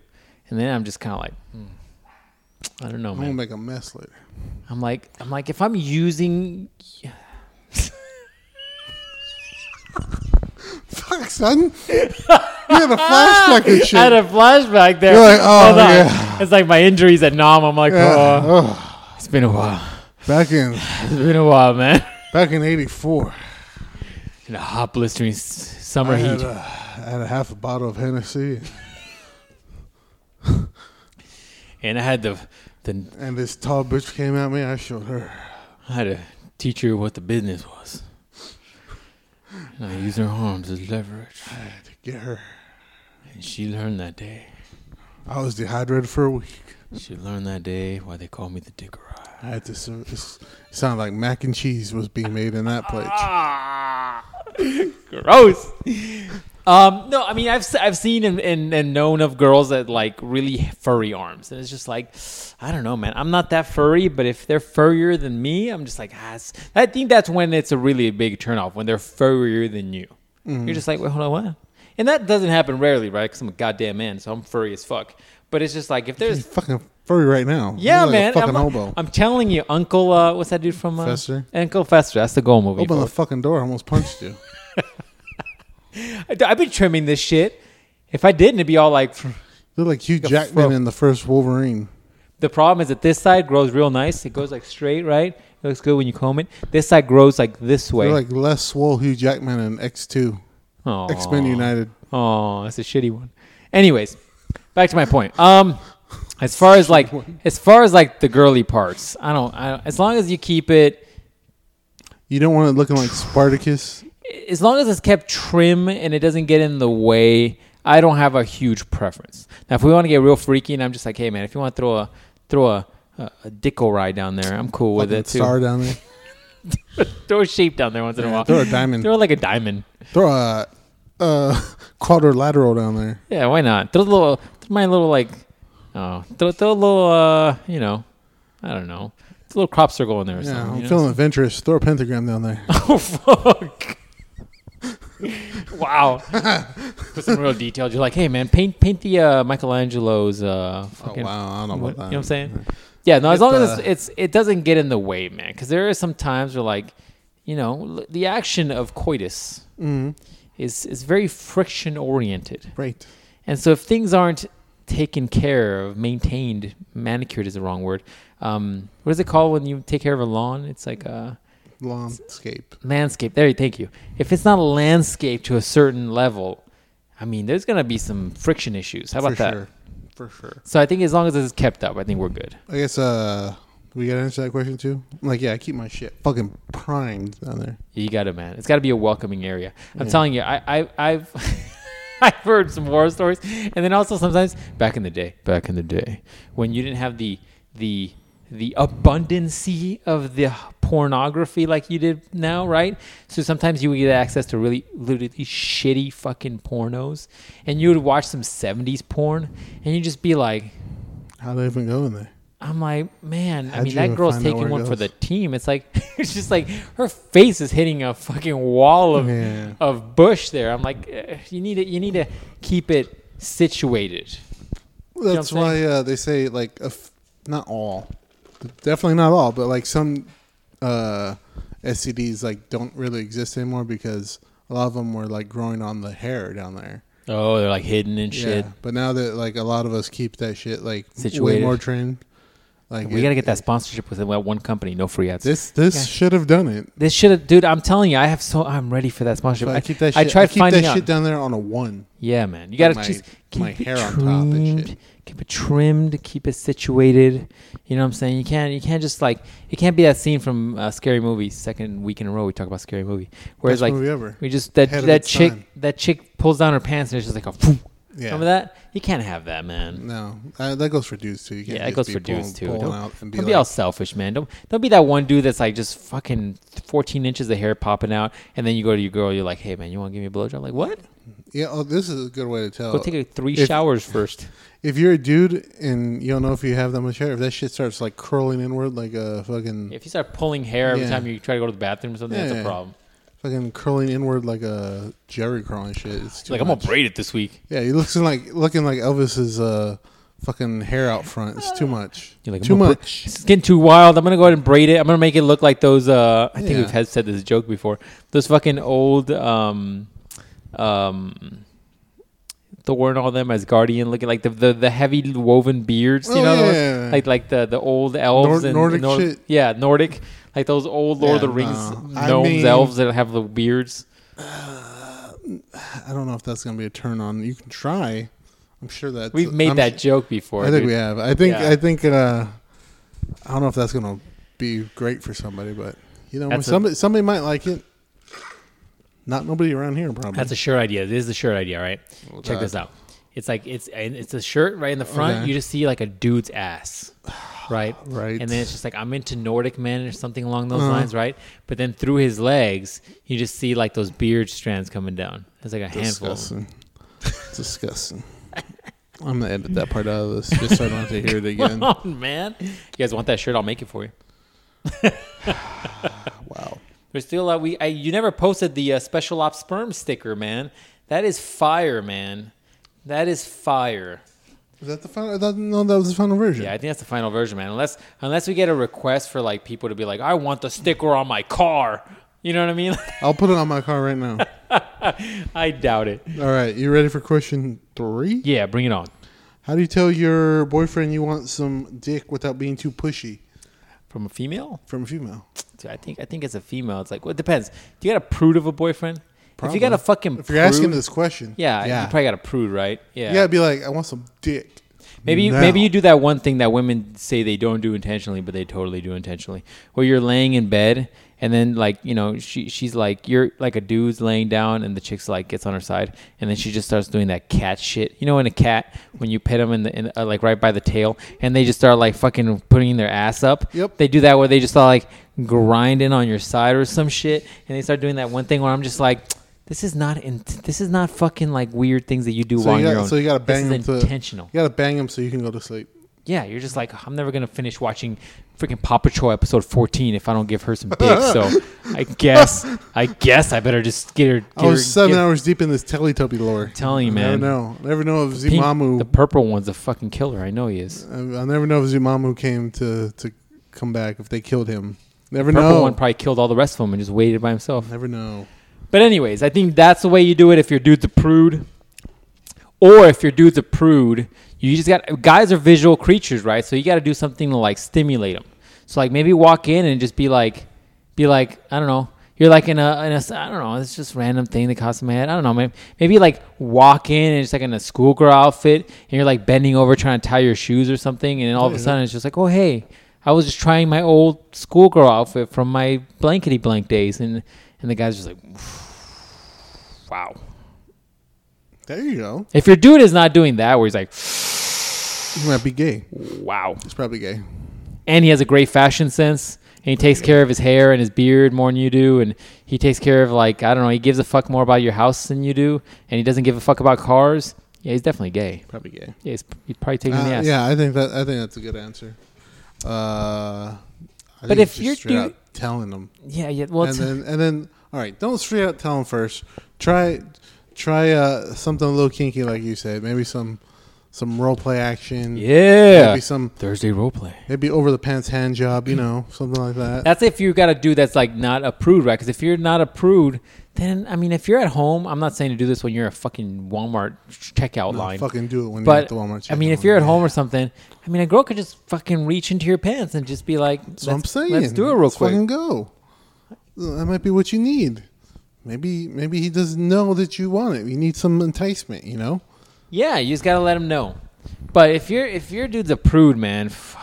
Speaker 3: and then I'm just kind of like, hmm, I don't know,
Speaker 1: I'm gonna
Speaker 3: man.
Speaker 1: make a mess later.
Speaker 3: I'm like, I'm like, if I'm using
Speaker 1: fuck, son? You had a flashback and shit.
Speaker 3: I had a flashback there.
Speaker 1: You're like, oh,
Speaker 3: Hold on.
Speaker 1: yeah.
Speaker 3: It's like my injuries at Nam. I'm like,
Speaker 1: Yeah,
Speaker 3: oh,
Speaker 1: ugh.
Speaker 3: it's been a while.
Speaker 1: Back in
Speaker 3: It's been a while, man.
Speaker 1: back in '84,
Speaker 3: In a hot, blistering s-
Speaker 1: I
Speaker 3: summer heat.
Speaker 1: had, uh, I had a half a bottle of Hennessy
Speaker 3: and I had the, the
Speaker 1: and this tall bitch came at me. I showed her.
Speaker 3: I had to teach her what the business was. And I used her arms as leverage.
Speaker 1: I had to get her.
Speaker 3: And she learned that day.
Speaker 1: I was dehydrated for a week.
Speaker 3: She learned that day why they call me the Dicker Eye.
Speaker 1: I had to. serve- It sounded like mac and cheese was being made in that plate.
Speaker 3: Gross. Um, no, I mean I've s- I've seen and, and, and known of girls that like really furry arms, and it's just like I don't know, man. I'm not that furry, but if they're furrier than me, I'm just like ah, it's- I think that's when it's a really big turnoff when they're furrier than you.
Speaker 1: Mm-hmm.
Speaker 3: You're just like wait, hold on, what? And that doesn't happen rarely, right? Because I'm a goddamn man, so I'm furry as fuck. But it's just like if
Speaker 1: He's
Speaker 3: there's
Speaker 1: fucking furry right now.
Speaker 3: yeah,
Speaker 1: He's like
Speaker 3: man,
Speaker 1: A fucking
Speaker 3: I'm,
Speaker 1: hobo.
Speaker 3: I'm telling you, Uncle, uh, what's that dude from uh,
Speaker 1: Fester?
Speaker 3: Uncle Fester. That's the goal movie.
Speaker 1: Open the
Speaker 3: folks.
Speaker 1: fucking door. I almost punched you.
Speaker 3: I, I've been trimming this shit. If I didn't, it'd be all like.
Speaker 1: Look like Hugh
Speaker 3: Like a
Speaker 1: Jackman
Speaker 3: fro-
Speaker 1: in the first Wolverine.
Speaker 3: The problem is that this side grows real nice. It goes like straight, right? It looks good when you comb it. This side grows like this way.
Speaker 1: They're like less swole Hugh Jackman in X Two,
Speaker 3: Aw.
Speaker 1: X Men United.
Speaker 3: Oh, that's a shitty one. Anyways, back to my point. Um, as far as like, as far as like the girly parts, I don't. I don't as long as you keep it,
Speaker 1: You don't want it looking like Spartacus.
Speaker 3: as long as it's kept trim and it doesn't get in the way, I don't have a huge preference. Now, if we want to get real freaky, and I'm just like, hey man, if you want to throw a throw a a, a dicko ride down there, I'm cool with
Speaker 1: fucking
Speaker 3: it too.
Speaker 1: star down there.
Speaker 3: throw a shape down there once in a
Speaker 1: Yeah,
Speaker 3: while.
Speaker 1: throw a diamond.
Speaker 3: Throw like a diamond.
Speaker 1: Throw a, a quadrilateral down there.
Speaker 3: Yeah, why not? Throw a little, throw my little like, oh, throw, throw a little, uh, you know, I don't know, it's a little crop circle in there or
Speaker 1: Yeah,
Speaker 3: something.
Speaker 1: I'm
Speaker 3: you know?
Speaker 1: feeling adventurous. Throw a pentagram down there.
Speaker 3: Oh fuck! wow. Put some real detail. You're like, hey man, paint paint the uh, Michelangelo's. Uh,
Speaker 1: Oh,
Speaker 3: fucking,
Speaker 1: wow, I don't know
Speaker 3: what,
Speaker 1: about
Speaker 3: you
Speaker 1: that.
Speaker 3: know what I'm saying? Yeah, no. As
Speaker 1: Get
Speaker 3: long as
Speaker 1: the-
Speaker 3: it's, it's it doesn't get in the way, man. Because there are some times where like, you know, l- the action of coitus
Speaker 1: Mm-hmm.
Speaker 3: is is very friction oriented.
Speaker 1: Right.
Speaker 3: And so if things aren't taken care of, maintained, manicured is the wrong word. Um, what is it called when you take care of a lawn? It's like uh, a
Speaker 1: Landscape.
Speaker 3: landscape. There, you thank you. If it's not landscaped to a certain level, I mean, there's gonna be some friction issues. How about
Speaker 1: For
Speaker 3: that?
Speaker 1: sure. For sure.
Speaker 3: So I think as long as it's kept up, I think we're good.
Speaker 1: I guess uh, we gotta answer that question too. Like, yeah, I keep my shit fucking primed down there.
Speaker 3: You got it, man. It's got to be a welcoming area. I'm telling you, I, I, I've, I've heard some horror stories, and then also sometimes back in the day, back in the day, when you didn't have the the the abundancy of the pornography like you did now, right? So sometimes you would get access to really literally shitty fucking pornos, and you would watch some '70s porn, and you'd just be like,
Speaker 1: How did I even go in there?
Speaker 3: I'm like, man, I
Speaker 1: How'd
Speaker 3: mean,
Speaker 1: you
Speaker 3: that girl's
Speaker 1: find out where
Speaker 3: taking
Speaker 1: it
Speaker 3: one for
Speaker 1: goes?
Speaker 3: the team. It's like, it's just like her face is hitting a fucking wall of,
Speaker 1: Yeah.
Speaker 3: of bush there. I'm like, eh, you need to, you need to keep it situated. know what
Speaker 1: That's
Speaker 3: I'm saying?
Speaker 1: why uh, they say like a f- not all, definitely not all, but like some uh, STDs like don't really exist anymore because a lot of them were like growing on the hair down there.
Speaker 3: Oh, they're like hidden and shit.
Speaker 1: Yeah, but now that like a lot of us keep that shit like way
Speaker 3: Situated.
Speaker 1: more trained. Like
Speaker 3: We
Speaker 1: it-
Speaker 3: got to get that sponsorship with that one company, no free ads.
Speaker 1: This this
Speaker 3: Yeah.
Speaker 1: should have done it.
Speaker 3: this should have, dude, I'm telling you, I have so, I'm ready for that sponsorship.
Speaker 1: But I,
Speaker 3: I,
Speaker 1: keep that. Shit,
Speaker 3: I tried
Speaker 1: keep
Speaker 3: finding
Speaker 1: that
Speaker 3: out.
Speaker 1: shit down there on a one.
Speaker 3: Yeah, man. You got to
Speaker 1: my-
Speaker 3: just keep
Speaker 1: my
Speaker 3: it
Speaker 1: hair on
Speaker 3: trimmed,
Speaker 1: top and shit.
Speaker 3: keep it trimmed, keep it situated. You know what I'm saying? You can't, you can't just like it can't be that scene from uh, scary movie. Second week in a row we talk about scary movie, where it's
Speaker 1: Best
Speaker 3: like
Speaker 1: movie ever.
Speaker 3: we just that
Speaker 1: Ahead of
Speaker 3: that
Speaker 1: its
Speaker 3: chick
Speaker 1: time.
Speaker 3: that chick pulls down her pants and it's just like a. Phoom.
Speaker 1: Yeah.
Speaker 3: Remember that? You can't have that, man.
Speaker 1: No, uh, that goes for dudes too. You can't
Speaker 3: Yeah,
Speaker 1: just
Speaker 3: it goes
Speaker 1: be
Speaker 3: for dudes too.
Speaker 1: pulling- pulling
Speaker 3: Don't,
Speaker 1: out and be
Speaker 3: don't
Speaker 1: like-
Speaker 3: be all selfish, man. Don't don't be that one dude that's like just fucking 14 inches of hair popping out, and then you go to your girl, you're like, hey man, you want to give me a blowjob? Like what?
Speaker 1: Yeah, oh, this is a good way to tell.
Speaker 3: Go take like, three
Speaker 1: Uh, if-
Speaker 3: showers first.
Speaker 1: If you're a dude and you don't know if you have that much hair, if that shit starts like curling inward like a fucking
Speaker 3: If you start pulling hair every
Speaker 1: Yeah.
Speaker 3: time you try to go to the bathroom or something, that's
Speaker 1: Yeah.
Speaker 3: a problem.
Speaker 1: fucking curling inward like a Jerry curl and shit, it's too
Speaker 3: like, I'm
Speaker 1: much.
Speaker 3: gonna braid it this week.
Speaker 1: Yeah, he looks like looking like Elvis's uh fucking hair out front. It's too much.
Speaker 3: Ah. You're like, I'm
Speaker 1: too
Speaker 3: gonna bra-
Speaker 1: much.
Speaker 3: It's getting too wild. I'm gonna go ahead and braid it. I'm gonna make it look like those. Uh, I think
Speaker 1: Yeah.
Speaker 3: we've had said this joke before. Those fucking old um, um, Thor and all them as guardian looking like the the, the heavy woven beards, you
Speaker 1: Oh,
Speaker 3: know,
Speaker 1: yeah,
Speaker 3: those-
Speaker 1: yeah, yeah.
Speaker 3: like like the the old elves
Speaker 1: Nor-
Speaker 3: and
Speaker 1: Nordic
Speaker 3: Nor-
Speaker 1: shit.
Speaker 3: yeah, Nordic, like those old Lord of the
Speaker 1: Yeah,
Speaker 3: Rings
Speaker 1: no. I
Speaker 3: gnomes,
Speaker 1: mean-
Speaker 3: elves that have the beards.
Speaker 1: I don't know if that's gonna be a turn on. You can try. I'm sure that
Speaker 3: We've made that joke before.
Speaker 1: I think
Speaker 3: dude.
Speaker 1: we have. I think.
Speaker 3: Yeah.
Speaker 1: I think. Uh, I don't know if that's gonna be great for somebody, but you know,
Speaker 3: That's a-
Speaker 1: somebody somebody might like it. Not nobody around here, probably.
Speaker 3: That's a shirt idea. This is the shirt idea, right? Check this out. It's like it's and it's a shirt right in the front.
Speaker 1: Okay.
Speaker 3: You just see like a dude's ass,
Speaker 1: Right.
Speaker 3: right?
Speaker 1: Uh-huh.
Speaker 3: And then it's just like I'm into Nordic men or something along those lines, right? But then through his legs, you just see like those beard strands coming down. It's like a handful. of them.
Speaker 1: disgusting. disgusting. I'm gonna edit that part out of this just so I don't have to hear it again. wow.
Speaker 3: Oh man, you guys want that shirt? I'll make it for you. There's still uh, we I, you never posted the uh, special ops sperm sticker, man. That is fire, man. That is fire.
Speaker 1: Is that the final? That, no, that was the final version.
Speaker 3: Yeah, I think that's the final version, man. Unless unless we get a request for like people to be like, I want the sticker on my car. You know what I mean?
Speaker 1: I'll put it on my car right now.
Speaker 3: I doubt it.
Speaker 1: All right, you ready for question three?
Speaker 3: Yeah, bring it on.
Speaker 1: How do you tell your boyfriend you want some dick without being too pushy
Speaker 3: From a female?
Speaker 1: from a female?
Speaker 3: Dude, I think I think as a female, it's like well, it depends. Do you got a prude of a boyfriend? If you got a
Speaker 1: Probably.
Speaker 3: fucking
Speaker 1: If you're asking
Speaker 3: prude-
Speaker 1: this question,
Speaker 3: yeah,
Speaker 1: yeah,
Speaker 3: you probably got a prude, right? Yeah.
Speaker 1: you gotta be like, I want some dick.
Speaker 3: Maybe you,
Speaker 1: now.
Speaker 3: maybe you do that one thing that women say they don't do intentionally, but they totally do intentionally. Where you're laying in bed, and then like you know she she's like you're like a dude's laying down, and the chick's like gets on her side, and then she just starts doing that cat shit. You know, in a cat when you pet them in the in, uh, like right by the tail, and they just start like fucking putting their ass up.
Speaker 1: Yep.
Speaker 3: They do that where they just start like grinding on your side or some shit, and they start doing that one thing where I'm just like. This is not in, this is not fucking like weird things that you do
Speaker 1: So
Speaker 3: on
Speaker 1: you,
Speaker 3: your
Speaker 1: got,
Speaker 3: own.
Speaker 1: so you gotta
Speaker 3: This
Speaker 1: bang
Speaker 3: is
Speaker 1: them to
Speaker 3: intentional.
Speaker 1: You gotta bang them so you can go to sleep.
Speaker 3: Yeah, you're just like I'm never gonna finish watching freaking Paw Patrol episode 14 if I don't give her some dick. so I guess I guess I better just get her. Get
Speaker 1: I was
Speaker 3: her-
Speaker 1: seven
Speaker 3: get-
Speaker 1: hours deep in this Teletubby lore.
Speaker 3: telling you,
Speaker 1: I
Speaker 3: man.
Speaker 1: never know. I never know if
Speaker 3: Pink-
Speaker 1: Zimamu.
Speaker 3: the purple one's a fucking killer. I know he is.
Speaker 1: I I'll never know if Zumamu came to to come back if they killed him. Never
Speaker 3: Purple
Speaker 1: know.
Speaker 3: one probably killed all the rest of them and just waited by himself.
Speaker 1: never know.
Speaker 3: But anyways, I think that's the way you do it if your dude's a prude. Or if your dude's a prude, you just got guys are visual creatures, right? So you got to do something to like stimulate them. So like maybe walk in and just be like, be like, I don't know. You're like in a, in a I don't know. It's just random thing that comes to my head. I don't know, man. Maybe like walk in and it's like in a schoolgirl outfit, and you're like bending over trying to tie your shoes or something, and then all of a sudden it's just like, oh hey, I was just trying my old schoolgirl outfit from my blankety blank days, and and the guy's just like, Wow.
Speaker 1: There you go.
Speaker 3: If your dude is not doing that, where he's like,
Speaker 1: He might be gay.
Speaker 3: wow,
Speaker 1: He's probably gay.
Speaker 3: and he has a great fashion sense, and he takes care of his hair and his beard more than you do, and he takes care of like I don't know, he gives a fuck more about your house than you do, and he doesn't give a fuck about cars. Yeah, he's definitely gay.
Speaker 1: Probably gay.
Speaker 3: Yeah, he's, he's probably taking the
Speaker 1: Uh,
Speaker 3: ass.
Speaker 1: yeah, I think that I think that's a good answer. Uh, I think
Speaker 3: if
Speaker 1: it's
Speaker 3: you're
Speaker 1: straight
Speaker 3: do-
Speaker 1: out telling them,
Speaker 3: yeah, yeah. Well,
Speaker 1: and
Speaker 3: it's-
Speaker 1: then and then all right, don't straight out tell them first. Try try uh, something a little kinky, like you said. Maybe some some role play action.
Speaker 3: yeah.
Speaker 1: Maybe some
Speaker 3: Thursday role play.
Speaker 1: maybe over the pants hand job. You know, something like that.
Speaker 3: That's if you got a dude that's like not a prude, right? Because if you're not a prude, then I mean, if you're at home, I'm not saying to do this when you're a fucking Walmart checkout
Speaker 1: No,
Speaker 3: line.
Speaker 1: fucking do it when you're
Speaker 3: but
Speaker 1: at the Walmart.
Speaker 3: I mean,
Speaker 1: checkout
Speaker 3: if you're at
Speaker 1: line.
Speaker 3: home or something, I mean, a girl could just fucking reach into your pants and just be like,
Speaker 1: That's what I'm
Speaker 3: "Let's-
Speaker 1: saying.
Speaker 3: Let's do it real
Speaker 1: Let's
Speaker 3: quick."
Speaker 1: Fucking go. That might be what you need. Maybe maybe he doesn't know that you want it. You need some enticement, you know.
Speaker 3: Yeah, you just gotta let him know. But if you're if your dude's a prude, man, f-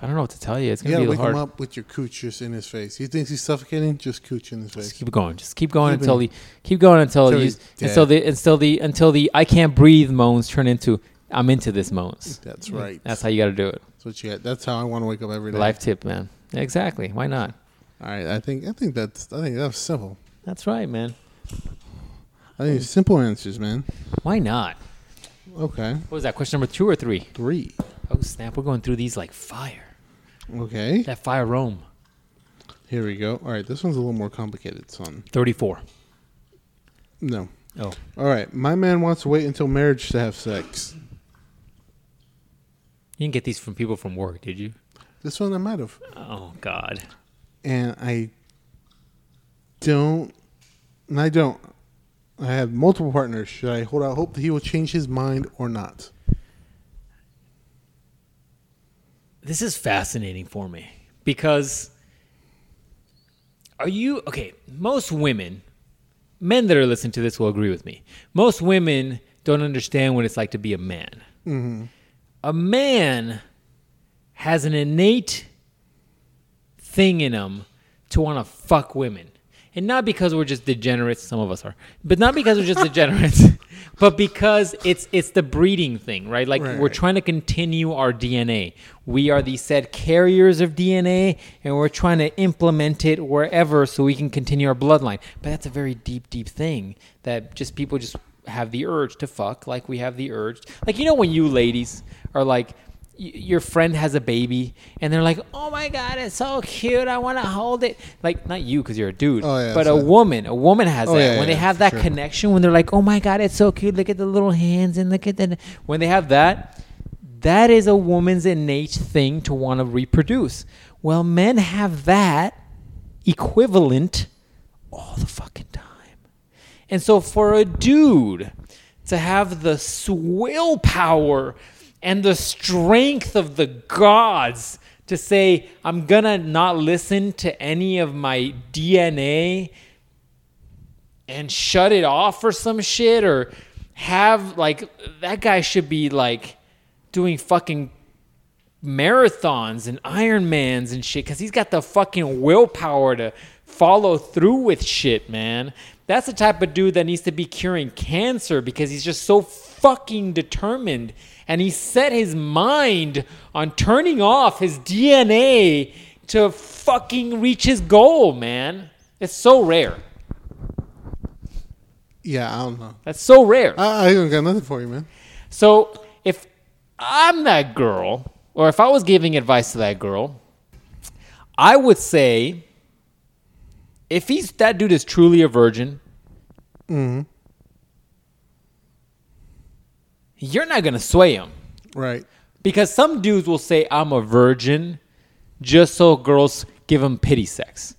Speaker 3: I don't know what to tell you. It's
Speaker 1: You
Speaker 3: gonna
Speaker 1: gotta
Speaker 3: be
Speaker 1: wake
Speaker 3: hard.
Speaker 1: him up with your cooch just in his face. He thinks he's suffocating. Just cooch in his
Speaker 3: Just
Speaker 1: face.
Speaker 3: keep going. Just keep going
Speaker 1: Keep
Speaker 3: until
Speaker 1: him-
Speaker 3: the keep going until,
Speaker 1: until
Speaker 3: you
Speaker 1: he's
Speaker 3: until
Speaker 1: dead.
Speaker 3: the until the until the I can't breathe moans turn into I'm into this moans.
Speaker 1: That's right.
Speaker 3: That's
Speaker 1: That's,
Speaker 3: how you gotta do it.
Speaker 1: what you got. That's how I want to wake up every day.
Speaker 3: Life tip, man. Exactly. Why not?
Speaker 1: All right. I think I think that's I think that was simple.
Speaker 3: That's right, man.
Speaker 1: I
Speaker 3: Mm.
Speaker 1: think simple answers, man.
Speaker 3: Why not?
Speaker 1: Okay.
Speaker 3: What was that question number two or three?
Speaker 1: Three.
Speaker 3: Oh snap! We're going through these like fire.
Speaker 1: Okay.
Speaker 3: That fire Rome.
Speaker 1: Here we go. All right. This one's a little more complicated, son.
Speaker 3: 34.
Speaker 1: No.
Speaker 3: Oh.
Speaker 1: All right. My man wants to wait until marriage to have sex.
Speaker 3: You didn't get these from people from work, did you?
Speaker 1: This one I might have.
Speaker 3: Oh, God.
Speaker 1: and I don't, and I don't. I have multiple partners. Should I hold out hope that he will change his mind or not?
Speaker 3: This is fascinating for me because are you okay? Most women, men that are listening to this will agree with me. Most women don't understand what it's like to be a man. A man has an innate thing in them to want to fuck women. And not because we're just degenerates, some of us are, but not because we're just degenerates, but because it's it's the breeding thing, right? Like
Speaker 1: Right,
Speaker 3: we're
Speaker 1: right.
Speaker 3: trying to continue our DNA. We are the said carriers of DNA, and we're trying to implement it wherever so we can continue our bloodline. But that's a very deep, deep thing that just people just have the urge to fuck, like we have the urge. Like, you know, when you ladies are like, y- your friend has a baby, and they're like, "Oh my god, it's so cute! I want to hold it." Like, not you because you're a dude,
Speaker 1: Oh, yeah,
Speaker 3: but a
Speaker 1: so-
Speaker 3: woman. A woman has
Speaker 1: Oh,
Speaker 3: that.
Speaker 1: yeah,
Speaker 3: when
Speaker 1: yeah,
Speaker 3: they
Speaker 1: yeah,
Speaker 3: have
Speaker 1: for
Speaker 3: that
Speaker 1: sure.
Speaker 3: connection, when they're like, "Oh my god, it's so cute! Look at the little hands and look at the," when they have that, that is a woman's innate thing to want to reproduce. Well, men have that equivalent all the fucking time. And so for a dude to have the swill power and the strength of the gods to say, I'm gonna not listen to any of my DNA and shut it off or some shit or have like that guy should be like doing fucking marathons and Ironmans and shit because he's got the fucking willpower to follow through with shit, man. That's the type of dude that needs to be curing cancer because he's just so fucking determined. And he set his mind on turning off his DNA to fucking reach his goal, man. It's so rare.
Speaker 1: Yeah, I don't know.
Speaker 3: That's so rare.
Speaker 1: I, I ain't got nothing for you, man.
Speaker 3: So if I'm that girl, or if I was giving advice to that girl, I would say if he's that dude is truly a virgin,
Speaker 1: Mm-hmm.
Speaker 3: you're not gonna sway him.
Speaker 1: Right.
Speaker 3: Because some dudes will say I'm a virgin just so girls give him pity sex.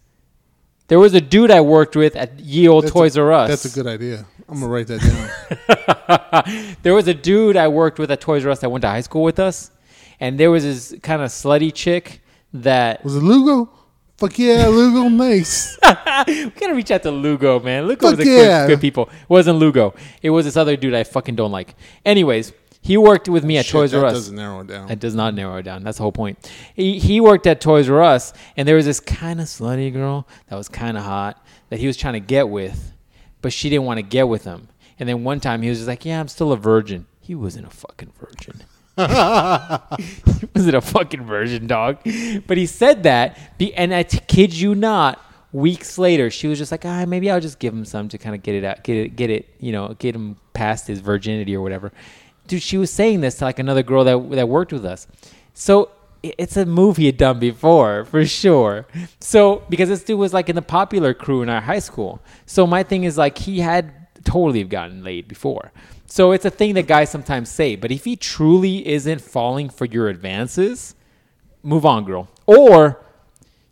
Speaker 3: There was a dude I worked with at Ye Old
Speaker 1: That's
Speaker 3: Toys
Speaker 1: a,
Speaker 3: R Us.
Speaker 1: That's a good idea. I'm gonna write that down.
Speaker 3: there was a dude I worked with at Toys R Us that went to high school with us, and there was this kind of slutty chick that
Speaker 1: was it Lugo? Fuck yeah, Lugo, nice.
Speaker 3: we gotta reach out to Lugo, man. Lugo
Speaker 1: Fuck
Speaker 3: was a
Speaker 1: yeah.
Speaker 3: good, good people. It wasn't Lugo. It was this other dude I fucking don't like. Anyways, he worked with me at
Speaker 1: Shit,
Speaker 3: Toys
Speaker 1: that
Speaker 3: R Us.
Speaker 1: doesn't narrow it down.
Speaker 3: It does not narrow it down. That's the whole point. He, he worked at Toys R Us, and there was this kind of slutty girl that was kind of hot that he was trying to get with, but she didn't want to get with him. And then one time he was just like, "Yeah, I'm still a virgin." He wasn't a fucking virgin. he wasn't a fucking virgin, dog. But he said that, be, and I t- kid you not. Weeks later, she was just like, "Ah, maybe I'll just give him some to kind of get it out, get it, get it, you know, get him past his virginity or whatever." Dude, she was saying this to like another girl that that worked with us. So i- it's a move he had done before for sure. So because this dude was like in the popular crew in our high school. So my thing is like he had totally have gotten laid before. So it's a thing that guys sometimes say, but if he truly isn't falling for your advances, move on, girl. Or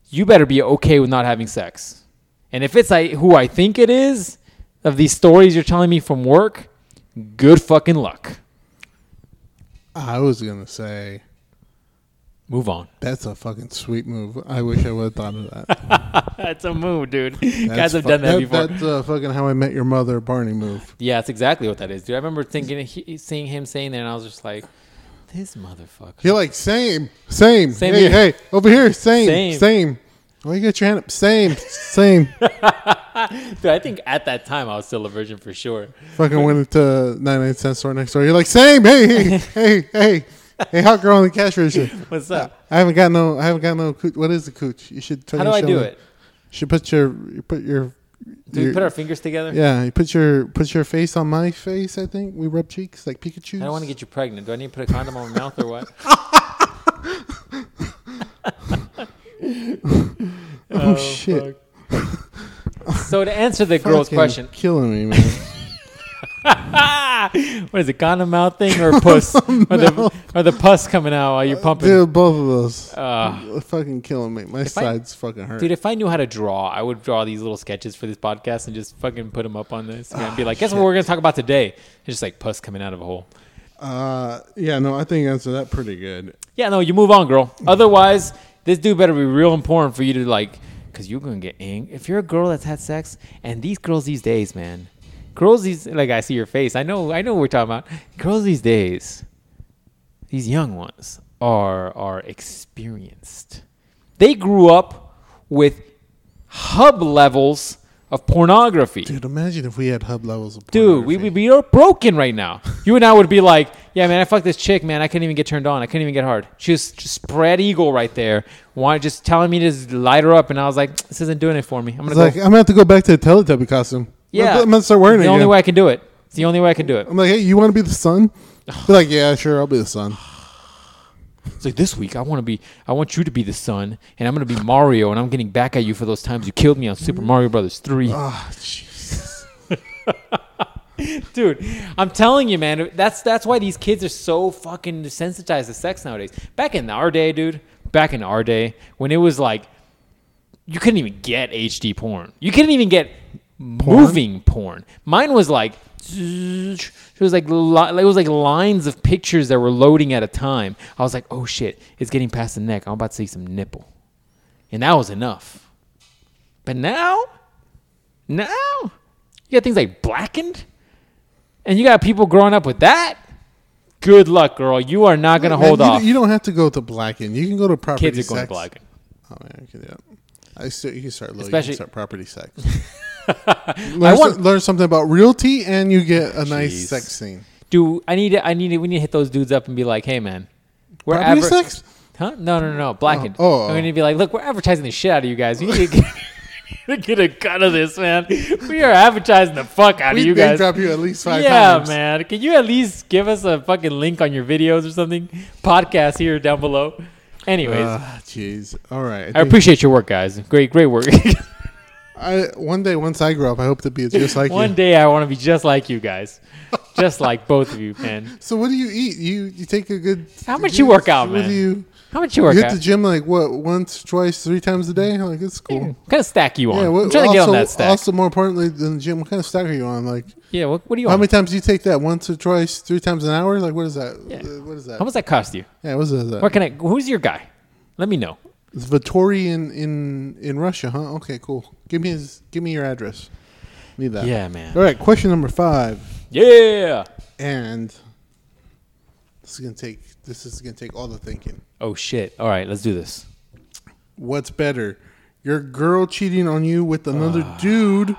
Speaker 3: you better be okay with not having sex. And if it's I, who I think it is, of these stories you're telling me from work, good fucking luck.
Speaker 1: I was gonna say
Speaker 3: Move on.
Speaker 1: that's a fucking sweet move. I wish I would have thought of that.
Speaker 3: That's a move, dude. Guys
Speaker 1: That's
Speaker 3: have
Speaker 1: fu-
Speaker 3: done that, before.
Speaker 1: That's uh, fucking how I met your mother, Barney move.
Speaker 3: yeah, that's exactly what that is, dude. I remember thinking, he, seeing him saying that, and I was just like, this motherfucker.
Speaker 1: You're like same, same,
Speaker 3: Same
Speaker 1: hey,
Speaker 3: here.
Speaker 1: hey, over here, same,
Speaker 3: Same.
Speaker 1: same. Why you got your hand up? Same, same.
Speaker 3: Dude, I think at that time I was still a virgin for sure.
Speaker 1: fucking went into 99 cent store next door. You're like same, hey, hey, hey, hey, hey, hot girl on the cash register.
Speaker 3: What's up?
Speaker 1: I haven't got no, I haven't got no. Cooch. What is the cooch? You should.
Speaker 3: How do I do it?
Speaker 1: You should put your, you put your.
Speaker 3: Do we
Speaker 1: your-
Speaker 3: put our fingers together?
Speaker 1: Yeah, you put your put your face on my face. I think we rub cheeks like Pikachu.
Speaker 3: I don't want to get you pregnant. Do I need to put a condom on my mouth or what?
Speaker 1: Oh, shit!
Speaker 3: So to answer the girl's
Speaker 1: Fucking
Speaker 3: question,
Speaker 1: killing me, man.
Speaker 3: ah, what is it, condom mouth thing or puss? or the, or the pus coming out while you're pumping.
Speaker 1: Uh, Dude, both of those.
Speaker 3: Ah.
Speaker 1: They're fucking killing me. My
Speaker 3: I-
Speaker 1: sides fucking hurt.
Speaker 3: Dude, if I knew how to draw, I would draw these little sketches for this podcast and just fucking put them up on this and be like, guess what we're going to talk about today? It's just like pus coming out of a hole.
Speaker 1: Uh, yeah, no, I think you answered that pretty good.
Speaker 3: Yeah, no, you move on, girl. Otherwise, this dude better be real important for you to like, because you're gonna get ang. If you're a girl that's had sex, and these girls these days, man, girls these like I see your face. I know, I know what we're talking about. Girls these days, these young ones are are experienced. They grew up with hub levels of pornography.
Speaker 1: Dude, imagine if we had hub levels of
Speaker 3: Dude, we
Speaker 1: pornography.
Speaker 3: would be broken right now. You and I would be like, yeah, man, I fucked this chick, man. I couldn't even get turned on. I couldn't even get hard. She was just spread eagle right there. Wanted just telling me to just light her up, and I was like, this isn't doing it for me. I'm gonna
Speaker 1: It's
Speaker 3: go.
Speaker 1: like, I'm gonna have to go back to the Teletubby costume.
Speaker 3: yeah,
Speaker 1: I'm gonna start wearing
Speaker 3: the
Speaker 1: it.
Speaker 3: only
Speaker 1: again.
Speaker 3: way I can do it. It's the only way I can do it.
Speaker 1: I'm like, hey, you want to be the sun? Be like, yeah, sure, I'll be the sun.
Speaker 3: It's like this week I want to be. I want you to be the sun, and I'm gonna be Mario, and I'm getting back at you for those times you killed me on Super Mario Brothers Three.
Speaker 1: Ah, jeez.
Speaker 3: Dude, I'm telling you, man. That's that's why these kids are so fucking desensitized to sex nowadays. Back in our day, dude. Back in our day, when it was like, you couldn't even get HD porn. You couldn't even get moving porn. Mine was like, it was like li- it was like lines of pictures that were loading at a time. I was like, oh shit, it's getting past the neck. I'm about to see some nipple, and that was enough. But now, now you got things like blackened and you got people growing up with that, good luck, girl. You are not going to hold
Speaker 1: Man, you,
Speaker 3: off.
Speaker 1: You don't have to go to Blacken. You can go to property.
Speaker 3: Kids are going
Speaker 1: sex.
Speaker 3: to blacken.
Speaker 1: Oh man, I can do that. I still, you can start little.
Speaker 3: Especially-
Speaker 1: you can start property sex. learn,
Speaker 3: want-
Speaker 1: so- learn something about realty, and you get a nice
Speaker 3: Jeez.
Speaker 1: sex scene.
Speaker 3: Dude, I need to, I need to, we need to hit those dudes up and be like, hey, man, we're
Speaker 1: Property
Speaker 3: adver-
Speaker 1: sex?
Speaker 3: Huh? No, no, no, no. Blackened.
Speaker 1: Oh, oh,
Speaker 3: I'm going
Speaker 1: oh.
Speaker 3: to be like, look, we're advertising the shit out of you guys. You need to get, get a cut of this, man. We are advertising the fuck out
Speaker 1: We
Speaker 3: of you
Speaker 1: name
Speaker 3: guys.
Speaker 1: drop you at least five
Speaker 3: yeah,
Speaker 1: times.
Speaker 3: man. Can you at least give us a fucking link on your videos or something? Podcast here down below. Anyways,
Speaker 1: Ah, jeez. All right.
Speaker 3: I
Speaker 1: I, think-
Speaker 3: appreciate your work, guys. Great, great work.
Speaker 1: I one day, once I grow up, I hope to be just like
Speaker 3: One
Speaker 1: you.
Speaker 3: day I want to be just like you guys, just like both of you, man.
Speaker 1: So, what do you eat? You you take a good.
Speaker 3: How much you work out,
Speaker 1: what
Speaker 3: man?
Speaker 1: Do you,
Speaker 3: How much you
Speaker 1: you
Speaker 3: work
Speaker 1: hit
Speaker 3: out?
Speaker 1: the gym like what once, twice, three times a day? Like it's cool.
Speaker 3: What kind of stack you on?
Speaker 1: what-
Speaker 3: I'm trying to get on
Speaker 1: also-
Speaker 3: that stack.
Speaker 1: Also, more importantly than the gym, what kind of stack are you on? Like,
Speaker 3: yeah, what, what do you
Speaker 1: how
Speaker 3: want?
Speaker 1: many times do you take that? Once or twice, three times an hour? Like, what is that?
Speaker 3: Yeah.
Speaker 1: Uh, What is that?
Speaker 3: How much that cost you?
Speaker 1: yeah, what is that?
Speaker 3: Where can I? Who's your guy? Let me know.
Speaker 1: It's Vittori in, in in Russia, huh? Okay, cool. Give me his, give me your address. Need that.
Speaker 3: Yeah, man.
Speaker 1: All right, question number five,
Speaker 3: Yeah.
Speaker 1: and this is gonna take this is gonna take all the thinking.
Speaker 3: Oh shit! All right, let's do this.
Speaker 1: What's better, your girl cheating on you with another
Speaker 3: Ah.
Speaker 1: dude,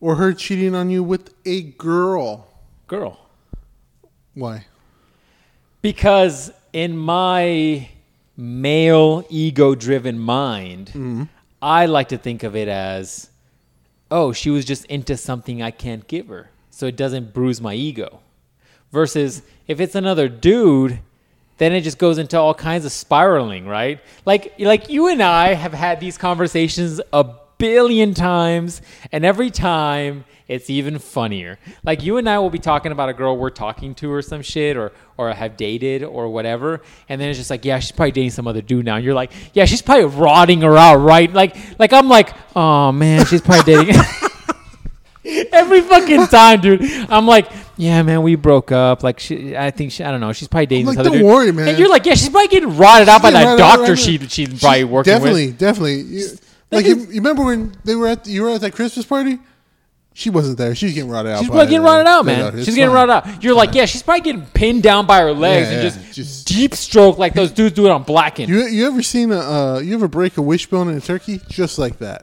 Speaker 1: or her cheating on you with a girl?
Speaker 3: Girl,
Speaker 1: Why?
Speaker 3: because in my male ego-driven mind, I like to think of it as, oh, she was just into something I can't give her, so it doesn't bruise my ego. versus if it's another dude then it just goes into all kinds of spiraling right like like you and i have had these conversations a billion times and every time it's even funnier like you and i will be talking about a girl we're talking to or some shit or or have dated or whatever and then it's just like yeah she's probably dating some other dude now and you're like yeah she's probably rotting her out right like like i'm like oh man she's probably dating Every fucking time, dude. I'm like, yeah, man, we broke up. Like, she, I think she, I don't know. She's probably dating
Speaker 1: I'm
Speaker 3: this
Speaker 1: like, "Don't
Speaker 3: other dude."
Speaker 1: worry, man.
Speaker 3: And you're like, yeah, she's probably getting rotted out by
Speaker 1: Yeah,
Speaker 3: that
Speaker 1: right, right,
Speaker 3: doctor
Speaker 1: right,
Speaker 3: she
Speaker 1: right.
Speaker 3: she's probably working
Speaker 1: definitely,
Speaker 3: with.
Speaker 1: Definitely, You-
Speaker 3: they
Speaker 1: Like you,
Speaker 3: just-
Speaker 1: you remember when they were at you were at that Christmas party? She wasn't there. She was getting rotted out.
Speaker 3: She's
Speaker 1: by
Speaker 3: probably getting
Speaker 1: the-
Speaker 3: rotted out,
Speaker 1: the
Speaker 3: man.
Speaker 1: doctor.
Speaker 3: She's
Speaker 1: It's
Speaker 3: getting
Speaker 1: fine.
Speaker 3: rotted out. You're like, yeah, she's probably getting pinned down by her legs
Speaker 1: Yeah,
Speaker 3: and
Speaker 1: yeah.
Speaker 3: just,
Speaker 1: Just-
Speaker 3: deep stroke like those dudes doing on Blackened.
Speaker 1: You you ever seen a uh, you ever break a wishbone in a turkey just like that?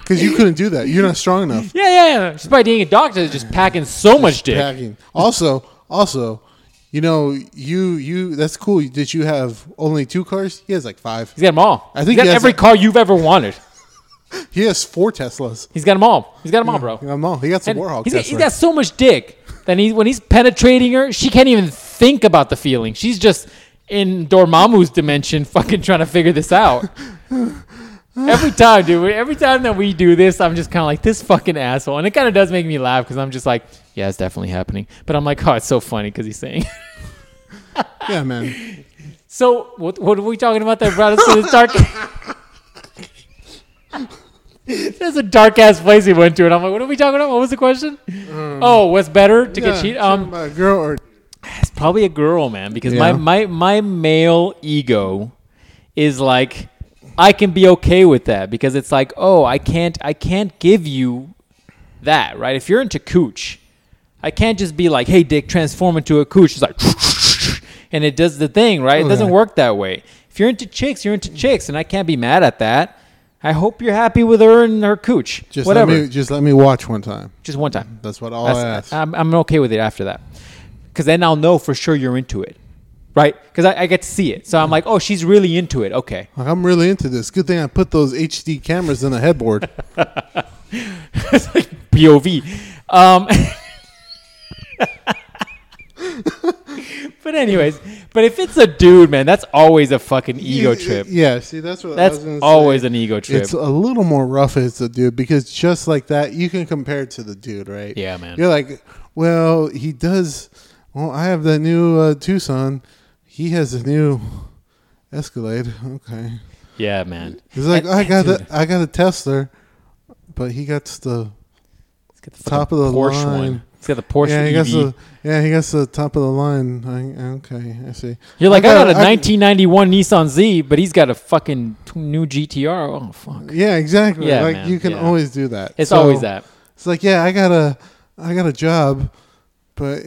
Speaker 1: Because you couldn't do that. You're not strong enough.
Speaker 3: yeah, yeah, yeah. She's probably dating a doctor that's just packing so much dick.
Speaker 1: Packing. Also, also, you know, you you that's cool. Did you have only two cars? He has like five.
Speaker 3: He's got them all.
Speaker 1: I think
Speaker 3: he's
Speaker 1: he
Speaker 3: got
Speaker 1: has
Speaker 3: every
Speaker 1: a-
Speaker 3: car you've ever wanted.
Speaker 1: He has four Teslas.
Speaker 3: He's got them all. He's got them all, bro.
Speaker 1: I know. He got some
Speaker 3: And
Speaker 1: Warhawk
Speaker 3: he's got, he's
Speaker 1: Tesla.
Speaker 3: got so much dick that he, when he's penetrating her, she can't even think about the feeling. She's just in Dormammu's dimension, fucking trying to figure this out. every time, dude. Every time that we do this, I'm just kind of like this fucking asshole, and it kind of does make me laugh because I'm just like, yeah, it's definitely happening. But I'm like, oh, it's so funny because he's saying.
Speaker 1: yeah, man.
Speaker 3: So what what are we talking about that brought us to this dark? There's a dark ass place he went to, and I'm like, what are we talking about? What was the question? oh, what's better to get
Speaker 1: Um, Yeah,
Speaker 3: cheated?
Speaker 1: sure,
Speaker 3: Um,
Speaker 1: uh, girl or
Speaker 3: it's probably a girl, man, because my,
Speaker 1: Yeah.
Speaker 3: my my male ego is like I can be okay with that because it's like, oh, I can't I can't give you that, right? If you're into cooch, I can't just be like, hey dick, transform into a cooch. It's like and it does the thing, right? It doesn't
Speaker 1: Okay.
Speaker 3: work that way. If you're into chicks, you're into chicks, and I can't be mad at that. I hope you're happy with her and her cooch.
Speaker 1: just
Speaker 3: Whatever.
Speaker 1: let me just let me watch one time.
Speaker 3: just one time.
Speaker 1: Oh, That's uh, what I'll
Speaker 3: That's-
Speaker 1: ask.
Speaker 3: I'm, I'm okay with it after that. Because then I'll know for sure you're into it. Right? Because I, I get to see it. So I'm like, oh, she's really into it. Okay.
Speaker 1: Like, I'm really into this. Good thing I put those HD cameras in the headboard.
Speaker 3: it's like POV. Um, but, anyways, but if it's a dude, man, that's always a fucking ego
Speaker 1: You-
Speaker 3: trip.
Speaker 1: Yeah, see, that's what I
Speaker 3: That's
Speaker 1: was gonna say.
Speaker 3: always an ego trip.
Speaker 1: It's a little more rough as a dude because just like that, you can compare it to the dude, right?
Speaker 3: Yeah, man.
Speaker 1: You're like, well, he does. Well, I have that new uh, Tucson. He has a new Escalade. Okay.
Speaker 3: yeah, man.
Speaker 1: He's like, I got
Speaker 3: Dude,
Speaker 1: the, I got a Tesla, but he got the
Speaker 3: let's get the fucking
Speaker 1: top of the
Speaker 3: Porsche
Speaker 1: line.
Speaker 3: one. It's got the Porsche E
Speaker 1: yeah, uh, he
Speaker 3: EV.
Speaker 1: got the yeah, he got the top of the line. I, okay, I see.
Speaker 3: You're like, I got, a
Speaker 1: I-
Speaker 3: 1991 Nissan Z, but he's got a fucking t- new GTR. Oh fuck!
Speaker 1: Yeah, exactly.
Speaker 3: Yeah,
Speaker 1: like
Speaker 3: man,
Speaker 1: you can
Speaker 3: yeah.
Speaker 1: always do that.
Speaker 3: It's
Speaker 1: So-
Speaker 3: always that.
Speaker 1: It's like, yeah, I got a, I got a job, but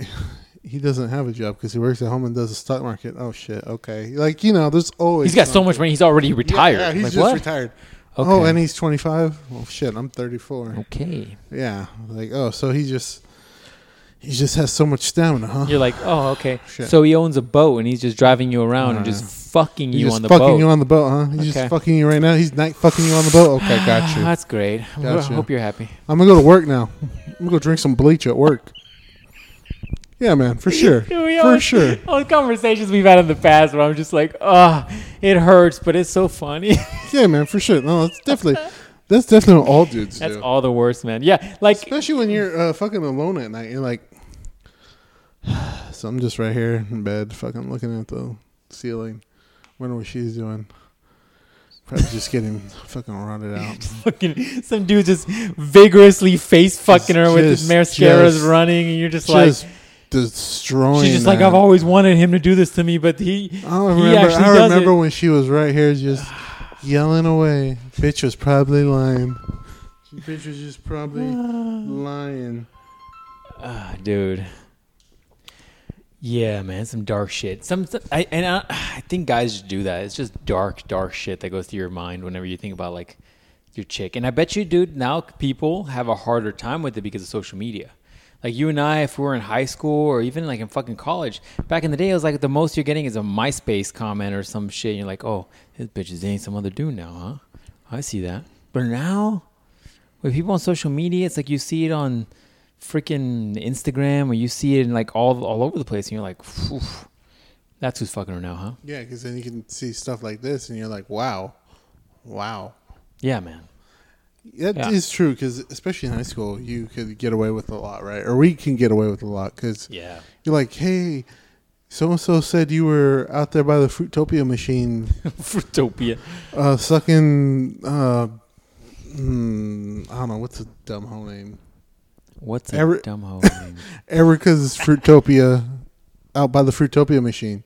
Speaker 1: he doesn't have a job because he works at home and does the stock market. Oh shit. Okay. Like you know, there's always
Speaker 3: He's got so
Speaker 1: something.
Speaker 3: much money. He's already retired.
Speaker 1: Yeah, he's
Speaker 3: like,
Speaker 1: just
Speaker 3: what?
Speaker 1: retired.
Speaker 3: Okay.
Speaker 1: Oh, and he's 25. Well, shit, I'm 34.
Speaker 3: okay.
Speaker 1: Yeah. Like, oh, so he just, he just has so much stamina, huh?
Speaker 3: You're like, oh, okay.
Speaker 1: Shit. Uh-huh.
Speaker 3: So he owns a boat and he's just driving you around and just fucking
Speaker 1: He's
Speaker 3: you
Speaker 1: just
Speaker 3: on the
Speaker 1: fucking
Speaker 3: boat.
Speaker 1: you on the boat, huh? He's
Speaker 3: Okay.
Speaker 1: just fucking you right now. He's night fucking you on the boat. Okay, got you.
Speaker 3: That's great. I'm- I
Speaker 1: Gotcha.
Speaker 3: hope you're happy.
Speaker 1: I'm gonna go to work now. I'm gonna go drink some bleach at work. Yeah, man, for sure, for sure.
Speaker 3: All the conversations we've had in the past where I'm just like, oh, it hurts, but it's so funny.
Speaker 1: Yeah, man, for sure. No, that's definitely that's definitely what all dudes
Speaker 3: That's
Speaker 1: do.
Speaker 3: all the worst, man. Yeah, like
Speaker 1: Especially when you're uh, fucking alone at night. You're like, so I'm just right here in bed, fucking looking at the ceiling. Wonder what she's doing. Probably just getting fucking rotted out.
Speaker 3: fucking some dude just vigorously face fucking her with his
Speaker 1: just-
Speaker 3: mascaras
Speaker 1: just-
Speaker 3: running, and you're just,
Speaker 1: Just
Speaker 3: like,
Speaker 1: destroying.
Speaker 3: she's just like,
Speaker 1: that.
Speaker 3: I've always wanted him to do this to me, but he
Speaker 1: I don't
Speaker 3: he
Speaker 1: remember.
Speaker 3: actually
Speaker 1: I
Speaker 3: does
Speaker 1: remember
Speaker 3: it.
Speaker 1: when she was right here, just yelling away. Bitch was probably lying. Bitch was just probably lying.
Speaker 3: Ah, dude. Yeah, man, some dark shit. Some, some- I, and I, I think guys just do that. It's just dark, dark shit that goes through your mind whenever you think about like your chick. And I bet you, dude, now people have a harder time with it because of social media. Like you and I, if we were in high school or even like in fucking college, back in the day, it was like the most you're getting is a MySpace comment or some shit. And you're like, oh, this bitch is dating some other dude now, huh? I see that. But now, with people on social media, it's like you see it on freaking Instagram or you see it in like all all over the place, and you're like, "Phew, that's who's fucking her now, huh?
Speaker 1: Yeah, because then you can see stuff like this, and you're like, "Wow, wow."
Speaker 3: Yeah, man.
Speaker 1: That is
Speaker 3: Yeah.
Speaker 1: true, because especially in high school, you could get away with a lot, right? Or we can get away with a lot, because
Speaker 3: Yeah.
Speaker 1: you're like, "Hey, so and so said you were out there by the Fruitopia machine,
Speaker 3: Fruitopia.
Speaker 1: uh, sucking." Uh, mm, I don't know what's a dumb hoe name.
Speaker 3: What's a
Speaker 1: Every-
Speaker 3: dumb hoe? name?
Speaker 1: Erica's Fruitopia out by the Fruitopia machine.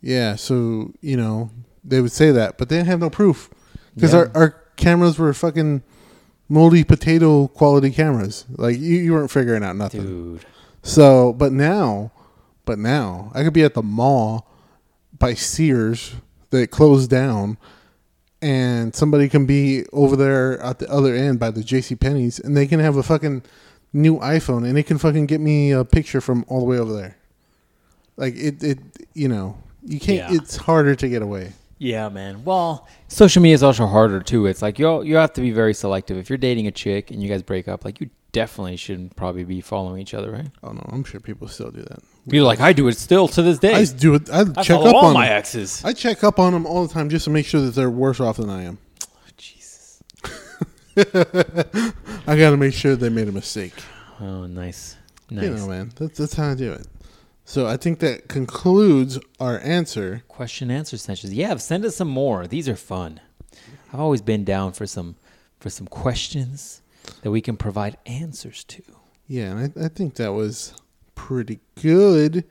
Speaker 1: Yeah, so you know they would say that, but they didn't have no proof because
Speaker 3: Yeah.
Speaker 1: our our cameras were fucking moldy potato quality cameras. Like you, you weren't figuring out nothing.
Speaker 3: Dude.
Speaker 1: So, but now, but now I could be at the mall by Sears that closed down, and somebody can be over there at the other end by the J.C. Penney's, and they can have a fucking new iPhone, and it can fucking get me a picture from all the way over there. Like it, it you know, you can't.
Speaker 3: Yeah.
Speaker 1: It's harder to get away.
Speaker 3: Yeah, man. Well, social media is also harder too. It's like you all- you have to be very selective. If you're dating a chick and you guys break up, like you definitely shouldn't probably be following each other, right?
Speaker 1: Oh no, I'm sure people still do that.
Speaker 3: You're like I do it still to this day.
Speaker 1: I do it. I,
Speaker 3: I
Speaker 1: check
Speaker 3: follow
Speaker 1: up
Speaker 3: all
Speaker 1: on
Speaker 3: my
Speaker 1: them.
Speaker 3: exes.
Speaker 1: I check up on them all the time just to make sure that they're worse off than I am.
Speaker 3: Jesus.
Speaker 1: I got to make sure they made a mistake.
Speaker 3: Oh, nice. Nice.
Speaker 1: You know, man, that's, that's how I do it. So I think that concludes our answer.
Speaker 3: Question answer sessions. Yeah, send us some more. These are fun. I've always been down for some for some questions that we can provide answers to.
Speaker 1: Yeah, and I, I think that was pretty good.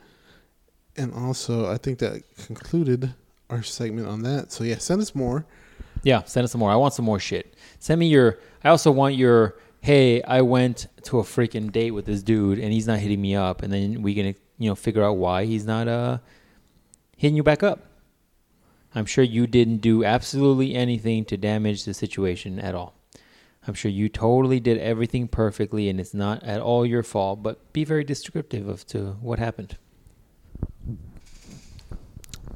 Speaker 1: And also, I think that concluded our segment on that. So yeah, send us more.
Speaker 3: Yeah, send us some more. I want some more shit. Send me your. I also want your. Hey, I went to a freaking date with this dude, and he's not hitting me up, and then we can you know figure out why he's not uh hitting you back up. I'm sure you didn't do absolutely anything to damage the situation at all. I'm sure you totally did everything perfectly, and it's not at all your fault. But be very descriptive of to what happened.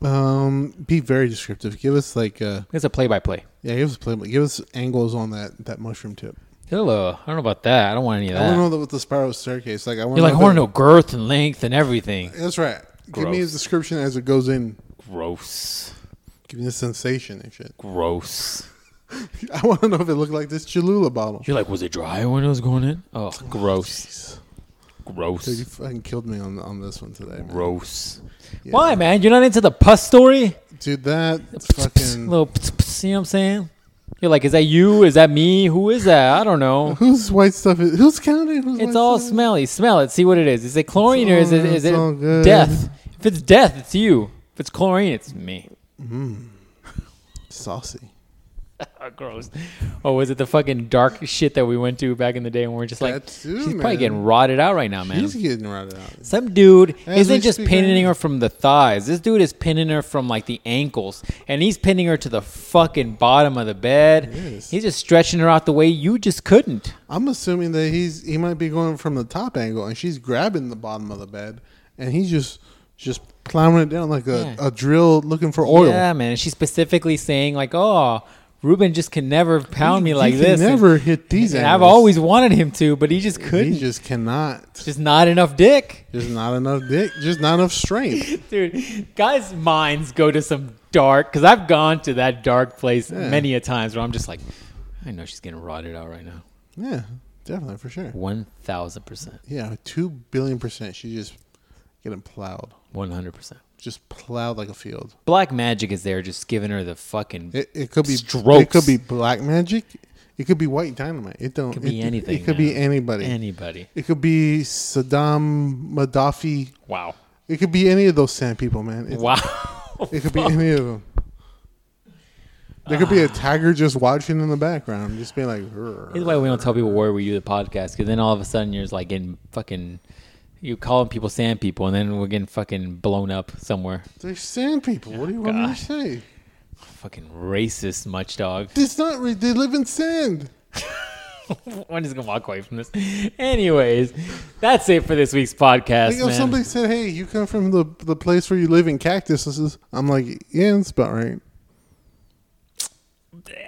Speaker 1: Um, be very descriptive. Give us like uh,
Speaker 3: It's a play by play.
Speaker 1: yeah, give us play, give us angles on that that mushroom tip.
Speaker 3: Hello. I don't know about that. I don't want any of
Speaker 1: I
Speaker 3: that.
Speaker 1: want to know what the spiral staircase like. I want
Speaker 3: You're like, I want to
Speaker 1: the-
Speaker 3: know girth and length and everything.
Speaker 1: That's right. Give me a
Speaker 3: Gross.
Speaker 1: description as it goes in.
Speaker 3: Gross.
Speaker 1: Give me the sensation and shit.
Speaker 3: Gross.
Speaker 1: I want to know if it looked like this Cholula bottle.
Speaker 3: You're like, was it dry when it was going in? Oh, gross.
Speaker 1: Dude, you
Speaker 3: Gross.
Speaker 1: fucking killed me on on this one today, man.
Speaker 3: Gross.
Speaker 1: Yeah.
Speaker 3: Why, man? You're not into the pus story?
Speaker 1: Dude, that fucking
Speaker 3: Little, pss, pss, you know what I'm saying? You're like, is that you? Is that me? Who is that? I don't know.
Speaker 1: whose white stuff is who's counting? Who's
Speaker 3: It's
Speaker 1: white
Speaker 3: all
Speaker 1: stuff?
Speaker 3: smelly. Smell it. See what it is. Is it chlorine
Speaker 1: It's
Speaker 3: or is it,
Speaker 1: all-
Speaker 3: is
Speaker 1: it's all
Speaker 3: it
Speaker 1: good.
Speaker 3: death? If it's death, it's you. If it's chlorine, it's me.
Speaker 1: saucy.
Speaker 3: Oh, gross. Oh, was it the fucking dark shit that we went to back in the day when we are just like,
Speaker 1: That too,
Speaker 3: she's probably
Speaker 1: man.
Speaker 3: getting rotted out right now, man.
Speaker 1: He's getting rotted out.
Speaker 3: Some dude
Speaker 1: As we
Speaker 3: isn't just
Speaker 1: speak
Speaker 3: pinning
Speaker 1: right
Speaker 3: her from the thighs. This dude is pinning her from like the ankles, and he's pinning her to the fucking bottom of the bed.
Speaker 1: He is.
Speaker 3: He's just stretching her out the way you just couldn't.
Speaker 1: I'm assuming that he's he might be going from the top angle and she's grabbing the bottom of the bed and he's just just plowing it down like a,
Speaker 3: Yeah.
Speaker 1: a drill looking for oil.
Speaker 3: Yeah, man. And she's specifically saying like, "Oh, Ruben just can never pound me
Speaker 1: He
Speaker 3: like
Speaker 1: can
Speaker 3: this." And-
Speaker 1: never hit these
Speaker 3: And I've
Speaker 1: angles.
Speaker 3: always wanted him to, but he just couldn't.
Speaker 1: He
Speaker 3: just,
Speaker 1: just cannot.
Speaker 3: not enough dick,
Speaker 1: Just not enough dick. Just not enough strength.
Speaker 3: dude. Guys' minds go to some dark because I've gone to that dark place
Speaker 1: Yeah.
Speaker 3: many a times where I'm just like, I know she's getting rotted out right now.
Speaker 1: Yeah, definitely for sure.
Speaker 3: One thousand percent.
Speaker 1: Yeah, two billion percent. She just getting plowed.
Speaker 3: One hundred percent.
Speaker 1: Just plowed like a field.
Speaker 3: Black magic is there, just giving her the fucking.
Speaker 1: It, it could be It
Speaker 3: Strokes.
Speaker 1: could be black magic. It could be white dynamite. It don't.
Speaker 3: could be anything.
Speaker 1: It could
Speaker 3: man.
Speaker 1: be anybody.
Speaker 3: Anybody.
Speaker 1: it could be Saddam Gaddafi.
Speaker 3: Wow.
Speaker 1: It could be any of those sand people, man. It,
Speaker 3: Wow.
Speaker 1: it could be any of them. There could
Speaker 3: Ah.
Speaker 1: be a tiger just watching in the background, just being like, "Rrr."
Speaker 3: That's why we don't tell people where we do the podcast, because then all of a sudden you're just like getting fucking. You calling people sand people, and then we're getting fucking blown up somewhere.
Speaker 1: "They're sand people." What do you want me
Speaker 3: God.
Speaker 1: to say?
Speaker 3: Fucking racist, much dog.
Speaker 1: It's not. Re- they live in sand.
Speaker 3: I'm just gonna walk away from this. Anyways, that's it for this week's podcast,
Speaker 1: Like if
Speaker 3: man.
Speaker 1: somebody said, "Hey, you come from the the place where you live in cactuses," I'm like, "Yeah, that's about right."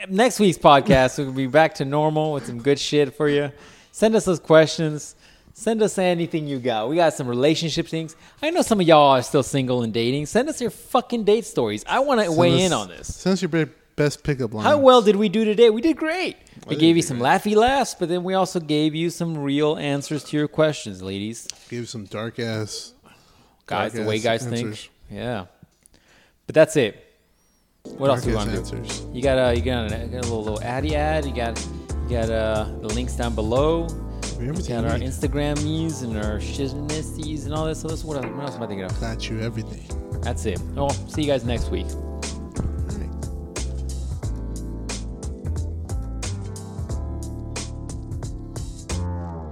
Speaker 3: next week's podcast we'll be back to normal with some good shit for you send us those questions send us anything you got we got some relationship things i know some of y'all are still single and dating send us your fucking date stories i want to weigh
Speaker 1: Send
Speaker 3: in
Speaker 1: us-
Speaker 3: on this
Speaker 1: Send us your be- best pickup line.
Speaker 3: how well did we do today we did great we
Speaker 1: did
Speaker 3: gave you
Speaker 1: we do
Speaker 3: some laughy laughs but then we also gave you some real answers to your questions ladies
Speaker 1: Give some dark ass.
Speaker 3: guys the
Speaker 1: Dark
Speaker 3: way
Speaker 1: ass
Speaker 3: guys
Speaker 1: answers.
Speaker 3: think yeah but that's it what
Speaker 1: dark
Speaker 3: else do we
Speaker 1: ass
Speaker 3: want to do
Speaker 1: answers.
Speaker 3: You got a you got a, you got a little, little addy ad. You got you got uh, the links down below.
Speaker 1: We
Speaker 3: We
Speaker 1: everything
Speaker 3: got our
Speaker 1: you need.
Speaker 3: Instagrammies and our shiznisties and all this. So this what else, what else am I thinking of?
Speaker 1: got you everything.
Speaker 3: That's it. Well, see you guys next week.